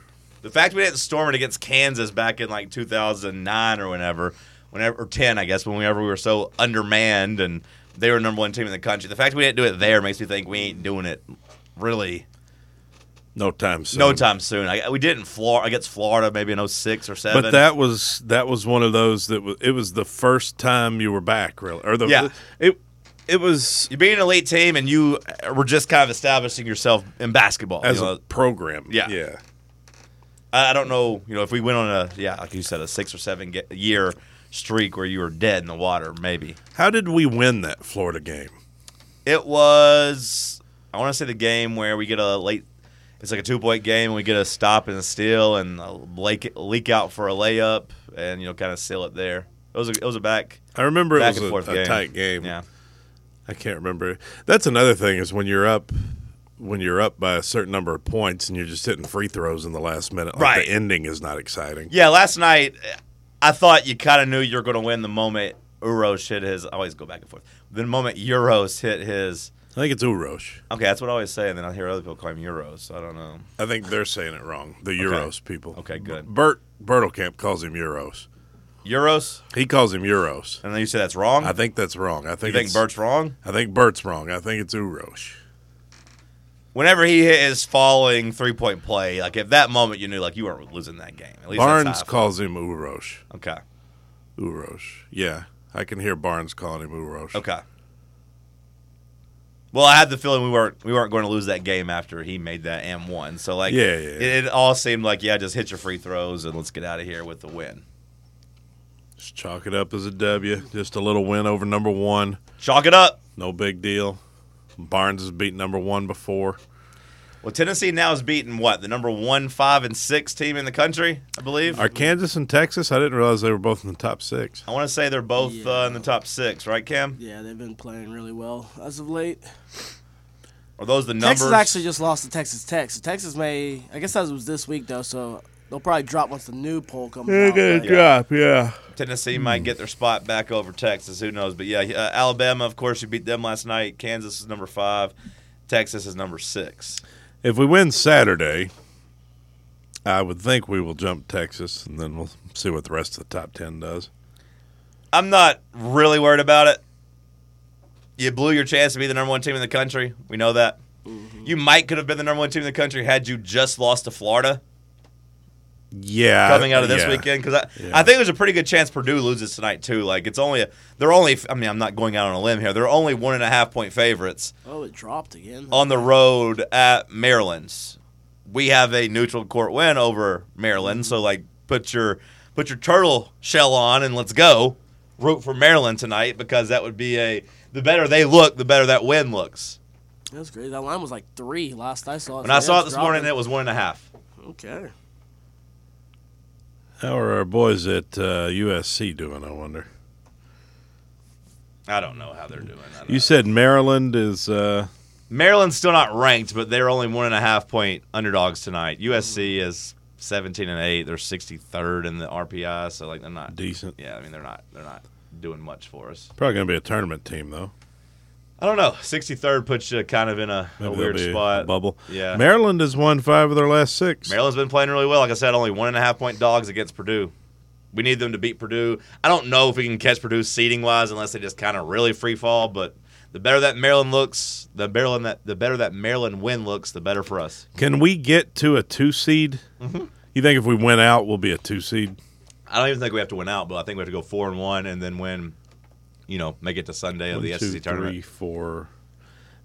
S4: The fact we didn't storm it against Kansas back in like 2009 or whenever, whenever or 10, I guess, whenever we were so undermanned and they were number one team in the country. The fact we didn't do it there makes me think we ain't doing it really
S5: no time soon.
S4: no time soon. I, we did in Florida against Florida maybe in 06 or 7.
S5: But that was that was one of those that was it was the first time you were back really or the
S4: Yeah.
S5: it it was
S4: you being an elite team and you were just kind of establishing yourself in basketball.
S5: as
S4: you know.
S5: a program
S4: Yeah.
S5: yeah
S4: I I don't know, you know, if we went on a yeah, like you said, a six or seven ge- year streak where you were dead in the water, maybe.
S5: how did we win that Florida game
S4: It was I want to say the game where we get a late. It's like a two point game, and we get a stop and a steal, and a leak, leak out for a layup, and you know, kind of seal it there. It was a, it was a back
S5: I remember
S4: back
S5: it
S4: and
S5: was
S4: forth
S5: a, a
S4: game.
S5: tight game
S4: Yeah,
S5: I can't remember that's another thing is when you're up when you're up by a certain number of points and you're just hitting free throws in the last minute like
S4: Right.
S5: the ending is not exciting
S4: yeah. Last night, I thought you kind of knew you were going to win the moment Euros hit his. I always go back and forth. The moment Euros hit his.
S5: I think it's Urosh
S4: Okay, that's what I always say, and then I hear other people call him Euros. So I don't know.
S5: I think they're saying it wrong the Euros people
S4: Okay, good.
S5: Bert Bertelkamp calls him Euros
S4: Euros,
S5: he calls him Euros
S4: and then you say that's wrong.
S5: I think that's wrong I
S4: you
S5: think
S4: think
S5: it's-
S4: Bert's wrong.
S5: I think Bert's wrong. I think it's Urosh.
S4: whenever he hit his falling three point play, like at that moment you knew like you weren't losing that game. At least that's
S5: Barnes
S4: how I
S5: calls him Urosh.
S4: felt. Okay.
S5: Urosh. Yeah, I can hear Barnes calling him Urosh.
S4: Okay. Well, I had the feeling we weren't we weren't going to lose that game after he made that M one. So like
S5: Yeah, yeah, yeah.
S4: It, it all seemed like yeah, just hit your free throws and let's get out of here with the win.
S5: Just chalk it up as a W. Just a little win over number one.
S4: Chalk it up.
S5: No big deal. Barnes has beat number one before.
S4: Well, Tennessee now is beating what the number one, five, and six team in the country, I believe.
S5: Are Kansas and Texas? I didn't realize they were both in the top six.
S4: I want to say they're both uh, in the top six, right, Cam?
S1: Yeah, they've been playing really well as of late.
S4: Are those the numbers?
S1: Texas actually just lost to Texas Tech. So Texas may, I guess that was this week though, so they'll probably drop once the new poll comes out. right?
S5: drop. Yeah.
S4: Tennessee might
S5: Hmm.
S4: get their spot back over Texas. Who knows? But yeah, uh, Alabama, of course, you beat them last night. Kansas is number five. Texas is number six.
S5: If we win Saturday, I would think we will jump Texas, and then we'll see what the rest of the top ten does.
S4: I'm not really worried about it. You blew your chance to be the number one team in the country. We know that.
S5: Mm-hmm.
S4: You might could have been the number one team in the country had you just lost to Florida
S5: Yeah,
S4: coming out of this
S5: yeah.
S4: weekend. Because I,
S5: Yeah.
S4: I think there's a pretty good chance Purdue loses tonight too. Like it's only they're only. I mean, I'm not going out on a limb here. They're only one and a half point favorites
S1: Oh, it dropped again.
S4: on the road at Maryland's. We have a neutral court win over Maryland, so like put your put your turtle shell on and let's go. Root for Maryland tonight because that would be a the better they look, the better that win looks.
S1: That was crazy. That line was like three last I saw it.
S4: When I saw it this morning, it was one and a half.
S1: okay.
S5: How are our boys at uh, USC doing? I wonder.
S4: I don't know how they're doing. I don't
S5: You
S4: know.
S5: said Maryland is. Uh,
S4: Maryland's still not ranked, but they're only one and a half point underdogs tonight. USC is seventeen and eight. They're sixty third in the RPI, so like they're not
S5: Decent.
S4: Yeah, I mean they're not they're not doing much for us.
S5: Probably going to be a tournament team, though.
S4: I don't know. 63rd puts you kind of in a, a
S5: Maybe
S4: weird
S5: they'll be
S4: spot.
S5: bubble.
S4: Yeah.
S5: Maryland has won five of their last six.
S4: Maryland's been playing really well. Like I said, only one and a half point dogs against Purdue. We need them to beat Purdue. I don't know if we can catch Purdue seeding wise unless they just kind of really free fall. But the better that Maryland looks, the Maryland that the better that Maryland win looks, the better for us.
S5: Can we get to a two seed?
S4: Mm-hmm.
S5: You think if we win out, we'll be a two seed?
S4: I don't even think we have to win out, but I think we have to go four and one and then win. You know, make it to Sunday of
S5: One,
S4: the
S5: two,
S4: SEC tournament.
S5: three, four,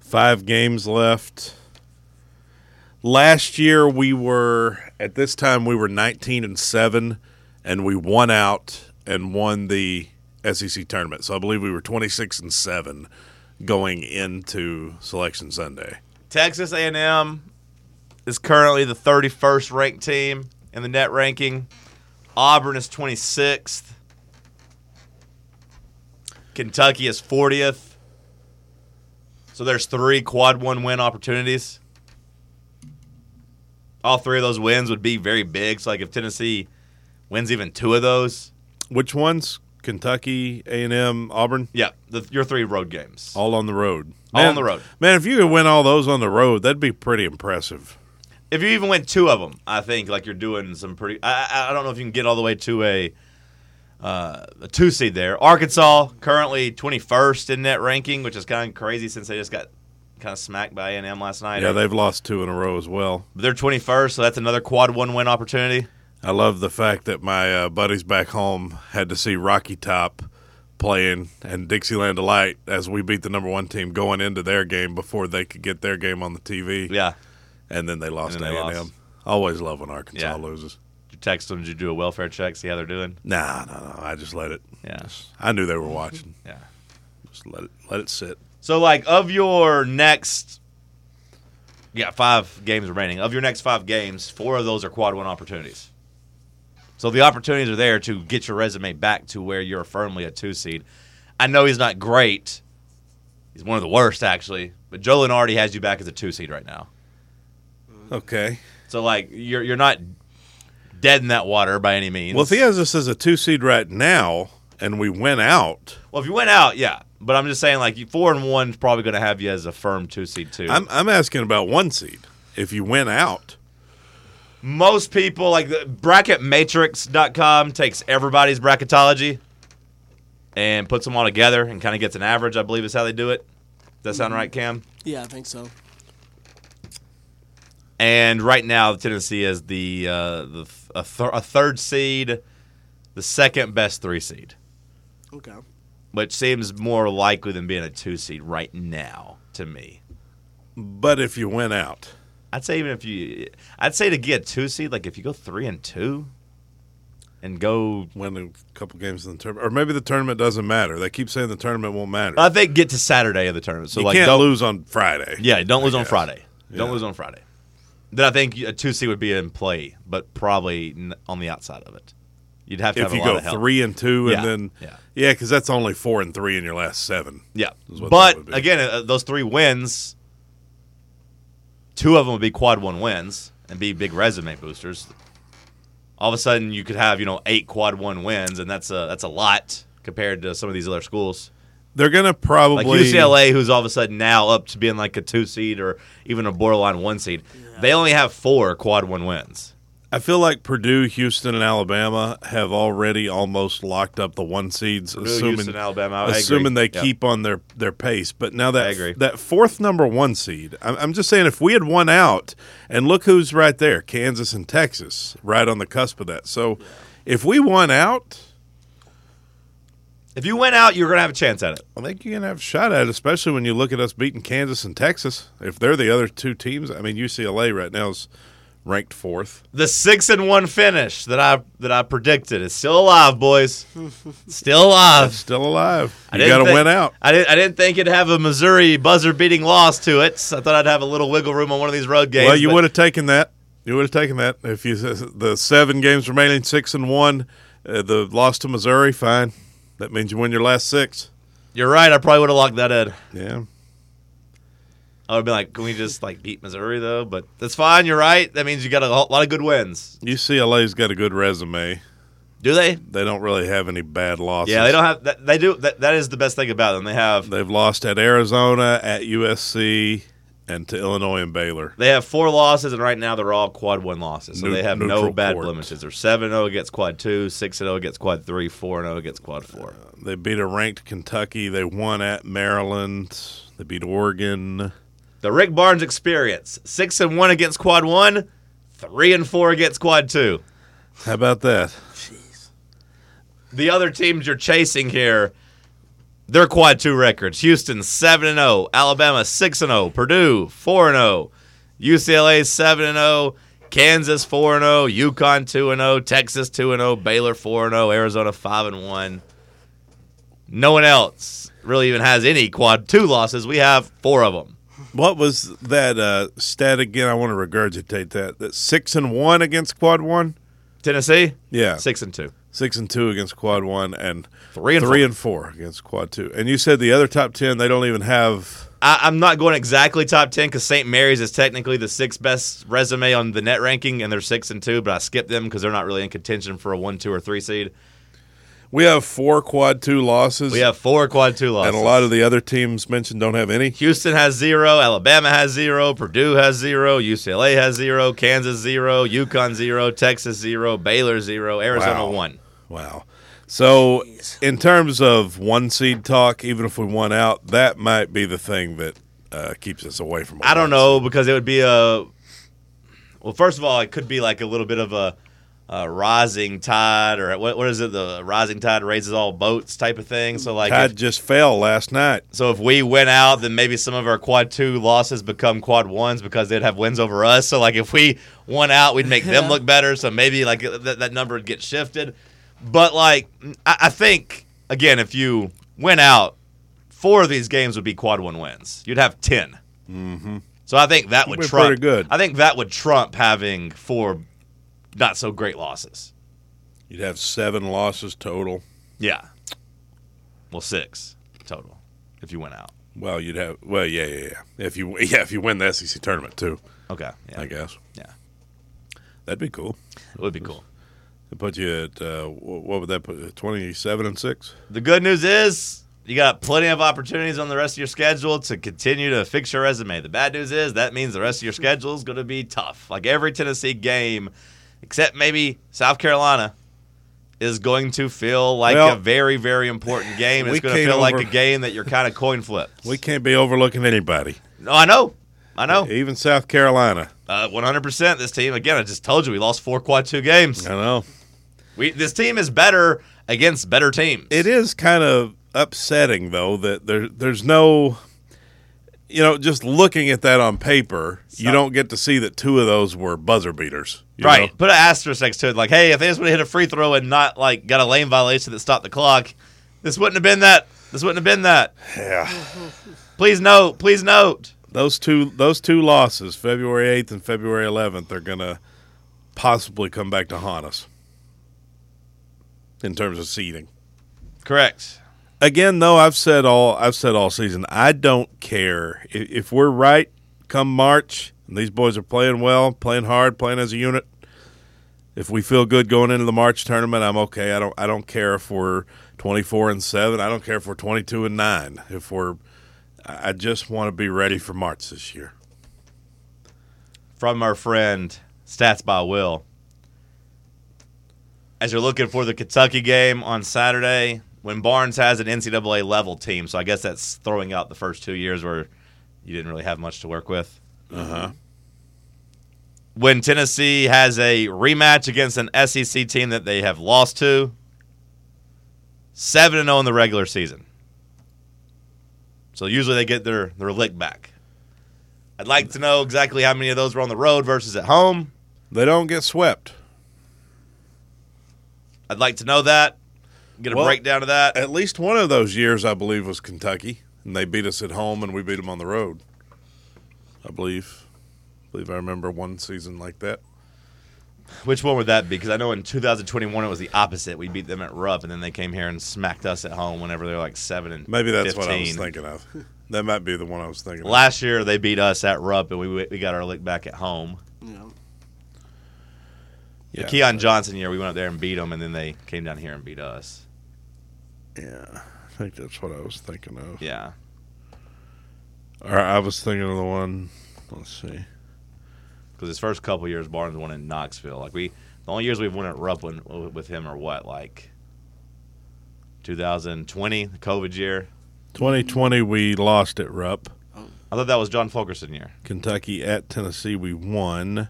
S5: five games left. Last year we were at this time we were nineteen and seven, and we won out and won the SEC tournament. So I believe we were twenty six and seven going into Selection Sunday.
S4: Texas A&M is currently the 31st ranked team in the net ranking. Auburn is 26th. Kentucky is 40th. So there's three quad one win opportunities. All three of those wins would be very big. So like if Tennessee wins even two of those,
S5: Which ones? Kentucky, A and M, Auburn,
S4: yeah, the, your three road games.
S5: all on the road.
S4: All on
S5: Man-
S4: the road. man,
S5: Man, if you could win all those on the road, that'd be pretty impressive.
S4: if you even win two of them, I think like you're doing some pretty. I, I- I don't know if you can get all the way to a uh, a two seed there. Arkansas currently 21st in net ranking, which is kind of crazy since they just got kind of smacked by A&M last night.
S5: Yeah, they've lost two in a row as well.
S4: they're 21st, so that's another quad one win opportunity.
S5: I love the fact that my uh, buddies back home had to see Rocky Top playing and Dixieland Delight as we beat the number one team going into their game before they could get their game on the TV.
S4: Yeah,
S5: and then they lost
S4: And
S5: to
S4: then
S5: A
S4: they
S5: and M.
S4: lost.
S5: Always love when Arkansas
S4: Yeah.
S5: loses.
S4: Did you text them. Did you do a welfare check? See how they're doing.
S5: Nah, no, no. I just let it.
S4: Yeah,
S5: I knew they were watching.
S4: Mm-hmm. yeah.
S5: Just let it, let it sit.
S4: So like of your next. Yeah, five games remaining. Of your next five games, four of those are quad one opportunities. So the opportunities are there to get your resume back to where you're firmly a two seed. I know he's not great. He's one of the worst, actually. But Joe Lenardi has you back as a two seed right now.
S5: Okay.
S4: So like you're you're not dead in that water by any means.
S5: Well, if he has us as a two seed right now, and we went out,
S4: Well, if you went out, yeah. But I'm just saying, like you- four and one's probably going to have you as a firm two seed too.
S5: I'm I'm asking about one seed. If you went out,
S4: most people like the bracketmatrix.com takes everybody's bracketology and puts them all together and kind of gets an average i believe is how they do it does that
S5: Mm-hmm.
S4: sound right cam
S1: Yeah, I think so.
S4: and right now tennessee is the uh the th- a, th- a third seed the second best three seed
S1: Okay.
S4: which seems more likely than being a two seed right now to me
S5: but if you went out,
S4: i'd say even if you i'd say to get a two seed like if you go three and two and go
S5: win a couple games in the tournament, or maybe the tournament doesn't matter. They keep saying the tournament won't matter.
S4: i think get to saturday of the tournament so
S5: you
S4: like
S5: can't
S4: go
S5: lose on Friday.
S4: Yeah, don't lose on
S5: guess.
S4: Friday. Don't
S5: Yeah.
S4: lose on Friday. Then I think a two C would be in play, but probably n- on the outside of it. You'd have to
S5: If
S4: have a
S5: you
S4: lot
S5: go
S4: of help.
S5: three and two,
S4: Yeah,
S5: and then
S4: yeah.
S5: yeah, because that's only four and three in your last seven.
S4: yeah.
S5: is what that
S4: But
S5: would be.
S4: again, uh, those three wins, two of them would be quad one wins and be big resume boosters. All of a sudden, you could have you know eight quad one wins, and that's a that's a lot compared to some of these other schools.
S5: They're gonna probably
S4: Like UCLA, who's all of a sudden now up to being like a two seed or even a borderline one seed, they only have four quad one wins.
S5: I feel like Purdue, Houston, and Alabama have already almost locked up the one seeds, assuming
S4: Houston, Alabama, I agree.
S5: assuming they
S4: Yeah.
S5: keep on their their pace. But now that
S4: I agree.
S5: that fourth number one seed, I'm, I'm just saying, if we had won out, and look who's right there, Kansas and Texas, right on the cusp of that. So, if we won out,
S4: If you went out, you're going to have a chance at it.
S5: I think you're gonna have a shot at it, especially when you look at us beating Kansas and Texas. If they're the other two teams, I mean UCLA right now is ranked fourth.
S4: The six and one finish that I that I predicted is still alive, boys. Still alive.
S5: Still alive.
S4: I
S5: You
S4: didn't
S5: got to
S4: think-
S5: win out.
S4: I didn't. I didn't think it'd have a Missouri buzzer beating loss to it. So I thought I'd have a little wiggle room on one of these road games.
S5: Well, you
S4: but
S5: would have taken that. You would have taken that if you the seven games remaining, six and one, uh, the loss to Missouri. Fine, that means you win your last six.
S4: You're right. I probably would have locked that in.
S5: Yeah,
S4: I would have been like, "Can we just like beat Missouri though?" But that's fine. You're right. That means you got a lo- lot of good wins.
S5: UCLA's got a good resume.
S4: Do they?
S5: They don't really have any bad losses.
S4: Yeah, they don't have. That, they do. That, that is the best thing about them. They have.
S5: They've lost at Arizona, at USC, and to Illinois and Baylor.
S4: They have four losses, and right now they're all quad one losses. So
S5: Neu-
S4: they have no
S5: neutral
S4: bad
S5: court.
S4: blemishes. They're seven zero against quad two, six zero against quad three, four zero against quad four.
S5: They beat a ranked Kentucky. They won at Maryland. They beat Oregon.
S4: The Rick Barnes experience: six and one against quad one, three and four against quad two.
S5: How about that?
S4: the other teams you're chasing here, their quad two records. Houston 7 and 0, Alabama 6 and 0, Purdue 4 and oh. 0, UCLA 7 and 0, Kansas 4 and 0, Yukon 2 and 0, Texas 2 and 0, Baylor 4 and 0, Arizona 5 and 1. No one else really even has any quad two losses. We have four of them.
S5: What was that uh, stat again? I want to regurgitate that. That six and one against quad one.
S4: Tennessee
S5: Yeah,
S4: 6 and 2.
S5: six and two against quad one, and
S4: Three and
S5: three
S4: four.
S5: and four against quad two. And you said the other top ten, they don't even have.
S4: I, I'm not going exactly top ten because St. Mary's is technically the sixth best resume on the net ranking, and they're six and two. But I skipped them because they're not really in contention for a one, two, or three seed.
S5: We have four quad two losses,
S4: We have four quad two losses,
S5: and a lot of the other teams mentioned don't have any.
S4: Houston has zero, Alabama has zero, Purdue has zero, UCLA has zero, Kansas zero, Yukon zero, Texas zero, Baylor zero, Arizona
S5: Wow.
S4: one.
S5: Wow. So, in terms of one seed talk, even if we won out, that might be the thing that uh, keeps us away from. a
S4: I don't
S5: one
S4: know because it would be a. Well, first of all, it could be like a little bit of a, a rising tide, or what, what is it? The rising tide raises all boats type of thing. So like,
S5: seed.
S4: if-
S5: Tide just fell last night.
S4: so if we win out, then maybe some of our quad two losses become quad ones because they'd have wins over us. So like, if we won out, we'd make them look better. So maybe like that, that number would get shifted. But like, mm, I, I think again, if you went out, four of these games would be quad one wins. You'd have 10 Mm-hmm. So I think that would
S5: We're
S4: trump.
S5: pretty good.
S4: I think that would trump having four not so great losses.
S5: You'd have seven losses total.
S4: Yeah. Well, six total if you went out.
S5: Well, you'd have. Well, yeah, yeah, yeah. If you, yeah, if you win the SEC tournament too,
S4: Okay. Yeah.
S5: I guess
S4: Yeah.
S5: that'd be cool.
S4: It would be cool.
S5: It put you at uh, wh- what would that put? Twenty-seven and six.
S4: The good news is you got plenty of opportunities on the rest of your schedule to continue to fix your resume. The bad news is that means the rest of your schedule is going to be tough. Like every Tennessee game, except maybe South Carolina, is going to feel like
S5: Well,
S4: a very, very important game.
S5: we
S4: It's going to
S5: came
S4: feel like
S5: over-
S4: a game that you're kind of coin flipped.
S5: We can't be overlooking anybody,
S4: no, I know. I know.
S5: even South Carolina.
S4: Uh, 100% this team. Again, I just told you we lost four quad two games.
S5: I know.
S4: We, this team is better against better teams.
S5: It is kind of upsetting though that there there's no you know, just looking at that on paper, you don't get to see that two of those were buzzer beaters. you
S4: Right.
S5: know?
S4: Put an asterisk next to it, like, hey, if they just would have hit a free throw and not like got a lane violation that stopped the clock, this wouldn't have been that. This wouldn't have been that.
S5: Yeah.
S4: Please note. Please note.
S5: Those two those two losses, February eighth and February eleventh, are gonna possibly come back to haunt us in terms of seeding.
S4: Correct.
S5: again though i've said all i've said all season i don't care if, if we're right come march and these boys are playing well playing hard playing as a unit if we feel good going into the march tournament i'm okay i don't i don't care if we're 24 and 7. I don't care if we're 22 and 9. If we're I I just want to be ready for March this year.
S4: from our friend Stats by Will. As you're looking for the Kentucky game on Saturday, when Barnes has an NCAA level team, so I guess that's throwing out the first two years where you didn't really have much to work with. When Tennessee has a rematch against an SEC team that they have lost to, 7 and 0 in the regular season. So usually they get their, their lick back. I'd like to know exactly how many of those were on the road versus at home.
S5: They don't get swept.
S4: I'd like to know that. Get a
S5: Well-
S4: breakdown of that.
S5: At least one of those years I believe was Kentucky, and they beat us at home and we beat them on the road. I believe. I believe I remember one season like that.
S4: Which one would that be? Because I know in 2021 it was the opposite. We beat them at Rupp, and then they came here and smacked us at home whenever they were like seven and
S5: Maybe that's what I was
S4: 15.
S5: thinking of. That might be the one I was thinking of.
S4: Last year they beat us at Rupp, and we we got our lick back at home.
S1: You know,
S5: Yeah.
S4: The Keon Johnson year, we went up there and beat them, and then they came down here and beat us.
S5: Yeah. I think that's what I was thinking of.
S4: Yeah,
S5: Or I was thinking of the one. Let's see.
S4: because his first couple years Barnes won in Knoxville. Like we, the only years we've won at Rupp when, with him are what like 2020, the COVID year.
S5: 2020, we lost at Rupp.
S4: I thought that was John Fulkerson year.
S5: Kentucky at Tennessee, we won.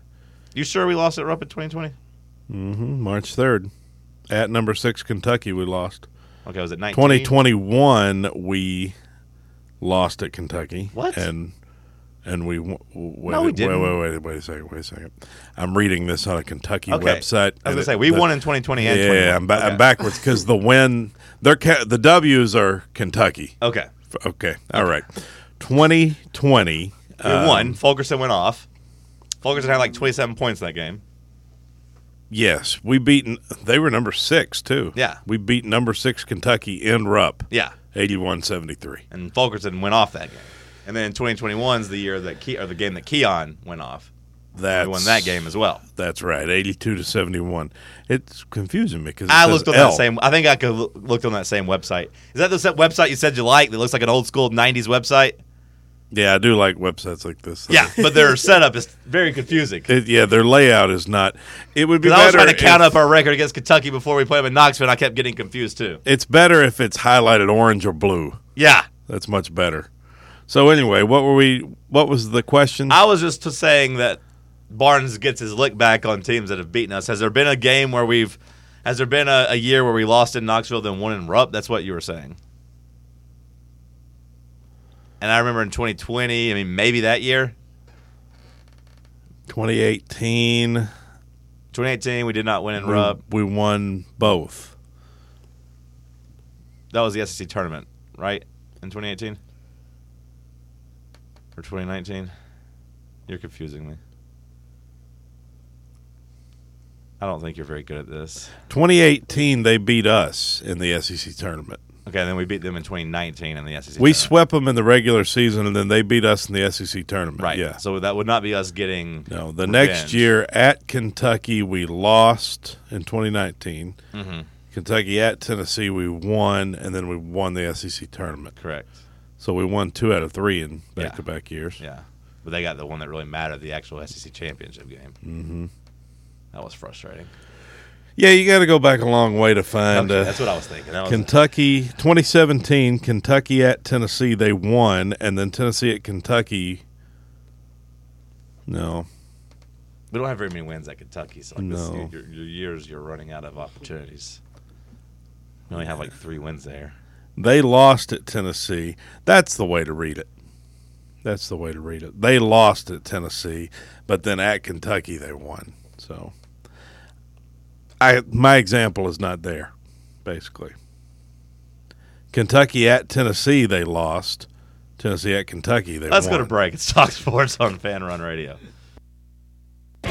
S4: You sure we lost at Rupp in 2020?
S5: hmm March 3rd. At number six, Kentucky, we lost.
S4: Okay, was it 19?
S5: 2021, we lost at Kentucky.
S4: What?
S5: And and we w- w- wait,
S4: No, we didn't.
S5: wait, wait, wait, wait a second, wait a second. I'm reading this on a Kentucky
S4: Okay.
S5: website.
S4: I was
S5: and
S4: gonna
S5: it-
S4: say we
S5: the-
S4: won in 2020 and
S5: Yeah,
S4: 21.
S5: I'm, ba-
S4: Okay.
S5: I'm backwards because the win, they're ca- the W's are Kentucky.
S4: Okay,
S5: F- Okay, all right. um, 2020,
S4: we won. Fulkerson went off. Fulkerson had like 27 points in that game.
S5: yes, we beaten. They were number six too.
S4: Yeah.
S5: we beat number six Kentucky in Rupp.
S4: Yeah,
S5: 81-73.
S4: and Fulkerson went off that game. And then 2021's the year that Ke- or the game that Keon went off.
S5: That's
S4: we won that game as well.
S5: That's right, eighty-two to seventy-one. It's confusing me because
S4: I looked on that same. I think I could loo- looked on that same website. Is that the set website you said you like that looks like an old school 90s website?
S5: Yeah, I do like websites like this.
S4: Yeah, but their setup is very confusing.
S5: It- yeah, their layout is not. It would be
S4: Because I was
S5: better.
S4: trying to count
S5: if-
S4: up our record against Kentucky before we played them in Knoxville, and I kept getting confused too.
S5: It's better if it's highlighted orange or blue.
S4: Yeah,
S5: That's much better. So anyway, what were we? What was the question?
S4: I was just saying that Barnes gets his lick back on teams that have beaten us. Has there been a game where we've? Has there been a, a year where we lost in Knoxville then won in Rupp? That's what you were saying. And I remember in 2020. I mean, maybe that year,
S5: 2018.
S4: 2018, we did not win in Rupp.
S5: We won both.
S4: That was the SEC tournament, right? In 2018 or 2019? You're confusing me. I don't think you're very good at this.
S5: 2018, they beat us in the SEC tournament.
S4: Okay, then we beat them in 2019 in the SEC.
S5: We
S4: tournament.
S5: swept them in the regular season, and then they beat us in the SEC tournament.
S4: right?
S5: Yeah.
S4: So that would not be us getting.
S5: No, the
S4: revenge.
S5: next year at Kentucky, we lost in 2019.
S4: Mm-hmm.
S5: Kentucky at Tennessee, we won, and then we won the SEC tournament.
S4: Correct.
S5: So we won two out of three in
S4: Yeah.
S5: back to back years.
S4: Yeah, but they got the one that really mattered, the actual SEC championship game. Mm-hmm. That was frustrating.
S5: Yeah, you got to go back a long way to find.
S4: Okay,
S5: uh,
S4: that's what I was thinking. That was-
S5: Kentucky 2017 Kentucky at Tennessee they won and then Tennessee at Kentucky No
S4: we don't have very many wins at Kentucky, so like
S5: No.
S4: this, your, your years you're running out of opportunities. We only have like three wins there.
S5: they lost at Tennessee that's the way to read it that's the way to read it they lost at Tennessee but then at Kentucky they won so I my example is not there basically Kentucky at Tennessee they lost Tennessee at Kentucky they
S4: Let's
S5: won
S4: go to break. It's Talk Sports on Fan Run Radio.